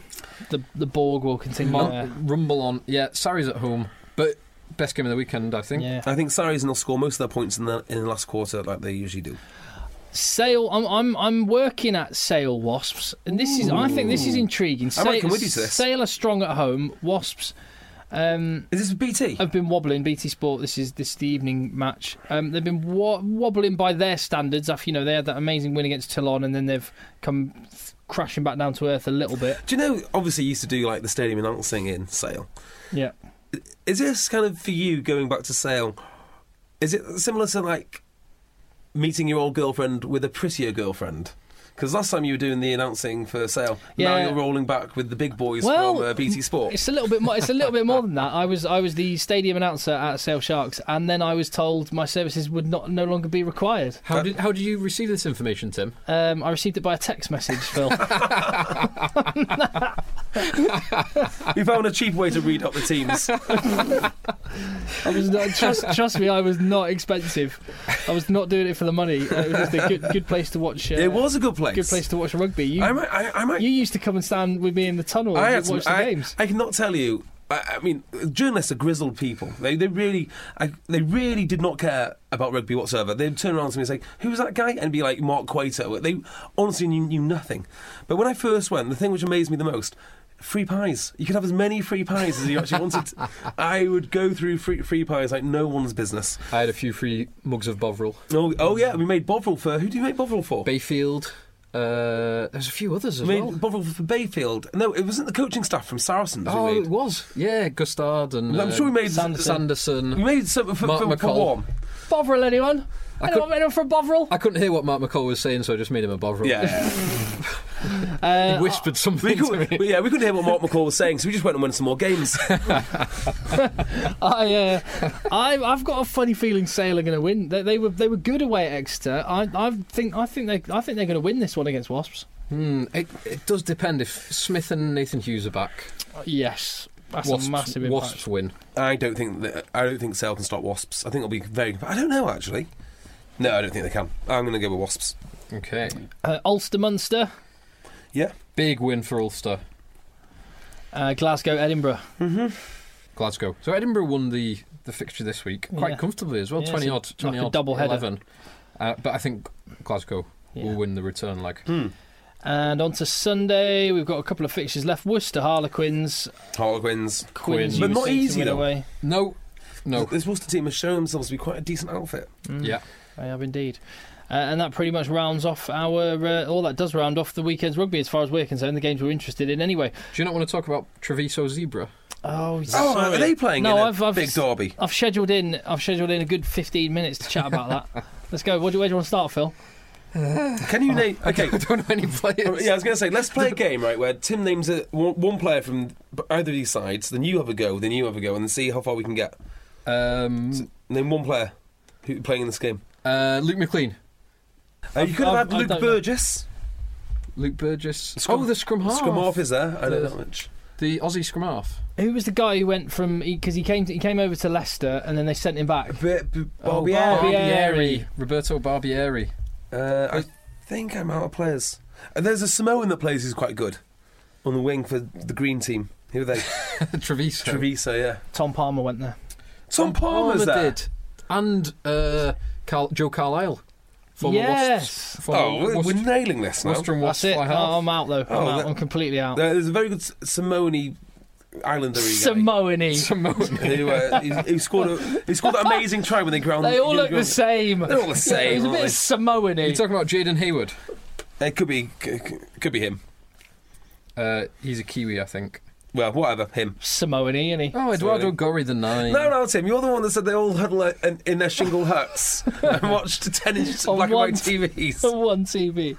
[SPEAKER 1] The the Borg will continue.
[SPEAKER 3] Mon-
[SPEAKER 1] there.
[SPEAKER 3] Rumble on. Yeah, Sarri's at home, but best game of the weekend, I think.
[SPEAKER 1] Yeah.
[SPEAKER 2] I think Sarries will score most of their points in the in the last quarter, like they usually do.
[SPEAKER 1] Sale. I'm I'm I'm working at Sale Wasps, and this is I think this is intriguing.
[SPEAKER 2] I might come with you to this.
[SPEAKER 1] Sale are strong at home. Wasps um,
[SPEAKER 2] Is this BT?
[SPEAKER 1] have been wobbling. BT Sport. This is this is the evening match. Um, they've been wa- wobbling by their standards. After you know they had that amazing win against Toulon, and then they've come th- crashing back down to earth a little bit.
[SPEAKER 2] Do you know? Obviously, you used to do like the stadium announcing in Sale.
[SPEAKER 1] Yeah.
[SPEAKER 2] Is this kind of for you going back to Sale? Is it similar to like meeting your old girlfriend with a prettier girlfriend? Because last time you were doing the announcing for Sale, now
[SPEAKER 1] Yeah.
[SPEAKER 2] you're rolling back with the big boys
[SPEAKER 1] Well,
[SPEAKER 2] from uh, BT Sport.
[SPEAKER 1] It's a little bit more. It's a little bit more than that. I was I was the stadium announcer at Sale Sharks, and then I was told my services would not no longer be required.
[SPEAKER 3] How did how did you receive this information, Tim?
[SPEAKER 1] Um, I received it by a text message, Phil.
[SPEAKER 2] We found a cheap way to read up the teams.
[SPEAKER 1] I was not, trust, trust me, I was not expensive. I was not doing it for the money. It was just a good, good place to watch. Uh,
[SPEAKER 2] it was a good place.
[SPEAKER 1] good place to watch rugby. You,
[SPEAKER 2] I might. I, I might.
[SPEAKER 1] you used to come and stand with me in the tunnel
[SPEAKER 2] I
[SPEAKER 1] and
[SPEAKER 2] had
[SPEAKER 1] watch
[SPEAKER 2] some-
[SPEAKER 1] the
[SPEAKER 2] I,
[SPEAKER 1] games.
[SPEAKER 2] I cannot tell you. I, I mean, journalists are grizzled people. They, they really, I, they really did not care about rugby whatsoever. They'd turn around to me and say, "Who was that guy?" and be like, "Mark Quato." They honestly knew, knew nothing. But when I first went, the thing which amazed me the most free pies. You could have as many free pies as you actually wanted. I would go through free, free pies like no one's business.
[SPEAKER 3] I had a few free mugs of Bovril.
[SPEAKER 2] Oh, oh yeah, we made Bovril for who do you make Bovril for?
[SPEAKER 3] Bayfield. Uh, there's a few others as
[SPEAKER 2] we made
[SPEAKER 3] well.
[SPEAKER 2] Bovril for Bayfield. No, it wasn't the coaching staff from Saracens.
[SPEAKER 3] oh,
[SPEAKER 2] we
[SPEAKER 3] it
[SPEAKER 2] made.
[SPEAKER 3] was. Yeah, Gustard and.
[SPEAKER 2] I'm
[SPEAKER 3] uh,
[SPEAKER 2] sure we made
[SPEAKER 3] Sanderson.
[SPEAKER 2] We made some for,
[SPEAKER 3] Mark
[SPEAKER 2] for, for
[SPEAKER 3] McCall.
[SPEAKER 2] one.
[SPEAKER 1] Bovril, anyone?
[SPEAKER 3] I
[SPEAKER 1] anyone,
[SPEAKER 3] could-
[SPEAKER 1] anyone from Bovril?
[SPEAKER 3] I couldn't hear what Mark McCall was saying, so I just made him a Bovril.
[SPEAKER 2] Yeah.
[SPEAKER 3] he whispered something
[SPEAKER 2] We
[SPEAKER 3] to me.
[SPEAKER 2] couldn't, but yeah, we couldn't hear what Mark McCall was saying, so we just went and won some more games.
[SPEAKER 1] I, uh, I, I've got a funny feeling Sale are going to win. They, they were they were good away at Exeter. I, I think I think they I think they're going to win this one against Wasps.
[SPEAKER 3] Hmm, it, it does depend if Smith and Nathan Hughes are back.
[SPEAKER 1] Yes, that's
[SPEAKER 3] Wasps,
[SPEAKER 1] a massive impact.
[SPEAKER 3] Wasps win.
[SPEAKER 2] I don't think that, I don't think Sale can stop Wasps. I think it'll be very. I don't know actually. No, I don't think they can. I'm going to go with Wasps.
[SPEAKER 3] Okay.
[SPEAKER 1] Uh, Ulster Munster,
[SPEAKER 2] Yeah,
[SPEAKER 3] Big win for Ulster.
[SPEAKER 1] uh, Glasgow Edinburgh.
[SPEAKER 3] Glasgow. So Edinburgh won the, the fixture this week quite
[SPEAKER 1] Yeah.
[SPEAKER 3] comfortably as well.
[SPEAKER 1] Yeah,
[SPEAKER 3] twenty
[SPEAKER 1] it's a-
[SPEAKER 3] odd, twenty
[SPEAKER 1] like a
[SPEAKER 3] odd,
[SPEAKER 1] double header.
[SPEAKER 3] eleven. Uh, but I think Glasgow
[SPEAKER 1] Yeah. Hmm.
[SPEAKER 3] will win the return leg.
[SPEAKER 1] And on to Sunday, we've got a couple of fixtures left. Worcester Harlequins,
[SPEAKER 2] Harlequins.
[SPEAKER 1] Quins,
[SPEAKER 2] But
[SPEAKER 1] you
[SPEAKER 2] not
[SPEAKER 1] think, to
[SPEAKER 2] easy,
[SPEAKER 1] win
[SPEAKER 2] though.
[SPEAKER 1] Away.
[SPEAKER 3] No, no.
[SPEAKER 2] This Worcester team has shown themselves to be quite a decent outfit.
[SPEAKER 1] Hmm.
[SPEAKER 3] Yeah,
[SPEAKER 1] They have indeed. Uh, and that pretty much rounds off our. Uh, all that does round off the weekend's rugby, as far as we're concerned, the games we're interested in anyway.
[SPEAKER 3] do you not want to talk about Treviso Zebra?
[SPEAKER 1] Oh,
[SPEAKER 2] Oh,
[SPEAKER 1] sorry.
[SPEAKER 2] are they playing
[SPEAKER 1] No,
[SPEAKER 2] in a
[SPEAKER 1] I've, I've
[SPEAKER 2] big derby?
[SPEAKER 1] I've scheduled in. I've scheduled in a good fifteen minutes to chat about that. Let's go. What do, where do you want to start, Phil?
[SPEAKER 2] Can you name? Okay,
[SPEAKER 3] I don't know any
[SPEAKER 1] Oh,
[SPEAKER 3] players.
[SPEAKER 2] yeah, I was going to say let's play a game right where Tim names a, one, one player from either of these sides, then you have a go, then you have a go, and then see how far we can get.
[SPEAKER 3] Um,
[SPEAKER 2] Name one player who playing in this game.
[SPEAKER 3] uh, Luke McLean,
[SPEAKER 2] Uh, you could have
[SPEAKER 1] I've-
[SPEAKER 2] had
[SPEAKER 1] I
[SPEAKER 2] Luke
[SPEAKER 1] don't know.
[SPEAKER 2] Burgess.
[SPEAKER 3] Luke Burgess.
[SPEAKER 2] Scrum-
[SPEAKER 3] oh, the scrum half.
[SPEAKER 2] Scrum half is there. eh? I know
[SPEAKER 3] The-
[SPEAKER 2] that much.
[SPEAKER 3] The Aussie scrum half.
[SPEAKER 1] Who was the guy who went from because he came to, he came over to Leicester and then they sent him back?
[SPEAKER 2] But, but
[SPEAKER 1] Oh,
[SPEAKER 2] Barbieri.
[SPEAKER 1] Barbieri.
[SPEAKER 3] Roberto Barbieri.
[SPEAKER 2] Uh, I think I'm out of players. Uh, there's a Samoan that plays who's quite good on the wing for the green team. Who are they?
[SPEAKER 3] Treviso.
[SPEAKER 2] Treviso, yeah.
[SPEAKER 1] Tom Palmer went there.
[SPEAKER 2] Tom Palmer's there.
[SPEAKER 3] did. And uh, Carl- Joe Carlisle. Former
[SPEAKER 1] Yes.
[SPEAKER 3] Wasps. Former
[SPEAKER 2] Oh, we're,
[SPEAKER 3] Wasps-
[SPEAKER 2] we're nailing this now.
[SPEAKER 3] Western
[SPEAKER 1] That's
[SPEAKER 3] Wasps
[SPEAKER 1] it.
[SPEAKER 3] fly
[SPEAKER 1] No,
[SPEAKER 3] half.
[SPEAKER 1] I'm out though. I'm
[SPEAKER 2] Oh,
[SPEAKER 1] out.
[SPEAKER 2] that-
[SPEAKER 1] I'm completely out.
[SPEAKER 2] There- There's a very good S- Samoan Islander
[SPEAKER 1] Samoan.
[SPEAKER 3] Samoan.
[SPEAKER 2] who, uh, who- who scored a, who scored that amazing try when they ground
[SPEAKER 1] They all
[SPEAKER 2] you know,
[SPEAKER 1] look the
[SPEAKER 2] ground-
[SPEAKER 1] same.
[SPEAKER 2] They're all the
[SPEAKER 1] Yeah,
[SPEAKER 2] same.
[SPEAKER 1] he's a
[SPEAKER 2] aren't
[SPEAKER 1] bit Samoan.
[SPEAKER 3] You're talking about Jaden Hayward.
[SPEAKER 2] they? It could be c- c- could be him.
[SPEAKER 3] Uh, he's a Kiwi, I think.
[SPEAKER 2] Well, whatever, him.
[SPEAKER 1] Samoan, isn't he?
[SPEAKER 3] Oh, Eduardo Gori, the nine.
[SPEAKER 2] No, no, Tim, you're the one that said they all huddle uh, in, in their shingle huts and watched 10 inch
[SPEAKER 1] On
[SPEAKER 2] black and white
[SPEAKER 1] one-
[SPEAKER 2] TVs.
[SPEAKER 1] On one TV.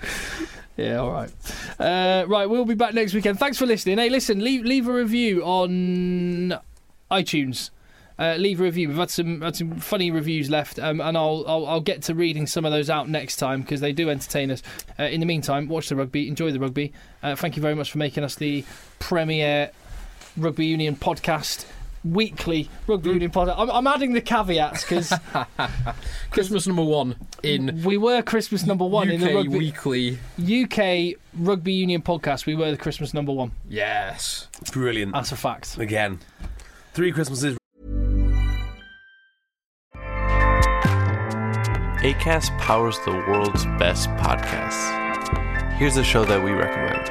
[SPEAKER 1] Yeah, all right. Uh, right, we'll be back next weekend. Thanks for listening. Hey, listen, leave leave a review on iTunes. Uh, leave a review. We've had some had some funny reviews left, um, and I'll, I'll I'll get to reading some of those out next time because they do entertain us. Uh, in the meantime, watch the rugby, enjoy the rugby. Uh, thank you very much for making us the premier rugby union podcast weekly rugby union podcast. I'm, I'm adding the caveats because
[SPEAKER 3] Christmas number one in
[SPEAKER 1] we were Christmas number one
[SPEAKER 3] UK
[SPEAKER 1] in the rugby.
[SPEAKER 3] Weekly.
[SPEAKER 1] UK Rugby Union podcast, we were the Christmas number one.
[SPEAKER 3] Yes.
[SPEAKER 2] Brilliant.
[SPEAKER 1] That's a fact.
[SPEAKER 2] Again. Three Christmases
[SPEAKER 6] ACAST powers the world's best podcasts. Here's a show that we recommend.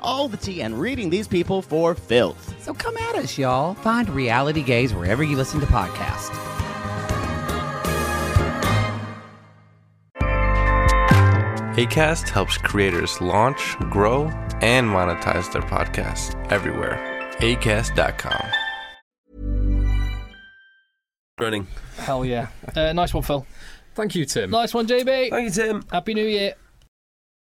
[SPEAKER 7] all the tea and reading these people for filth.
[SPEAKER 8] so come at us, y'all. Find Reality Gaze wherever you listen to podcasts.
[SPEAKER 6] ACAST helps creators launch, grow, and monetize their podcasts everywhere. ACAST.com.
[SPEAKER 2] running.
[SPEAKER 1] Hell yeah. uh, nice one, Phil.
[SPEAKER 3] Thank you, Tim.
[SPEAKER 1] Nice one, JB.
[SPEAKER 3] Um,
[SPEAKER 2] Thank you, Tim.
[SPEAKER 1] Happy New Year.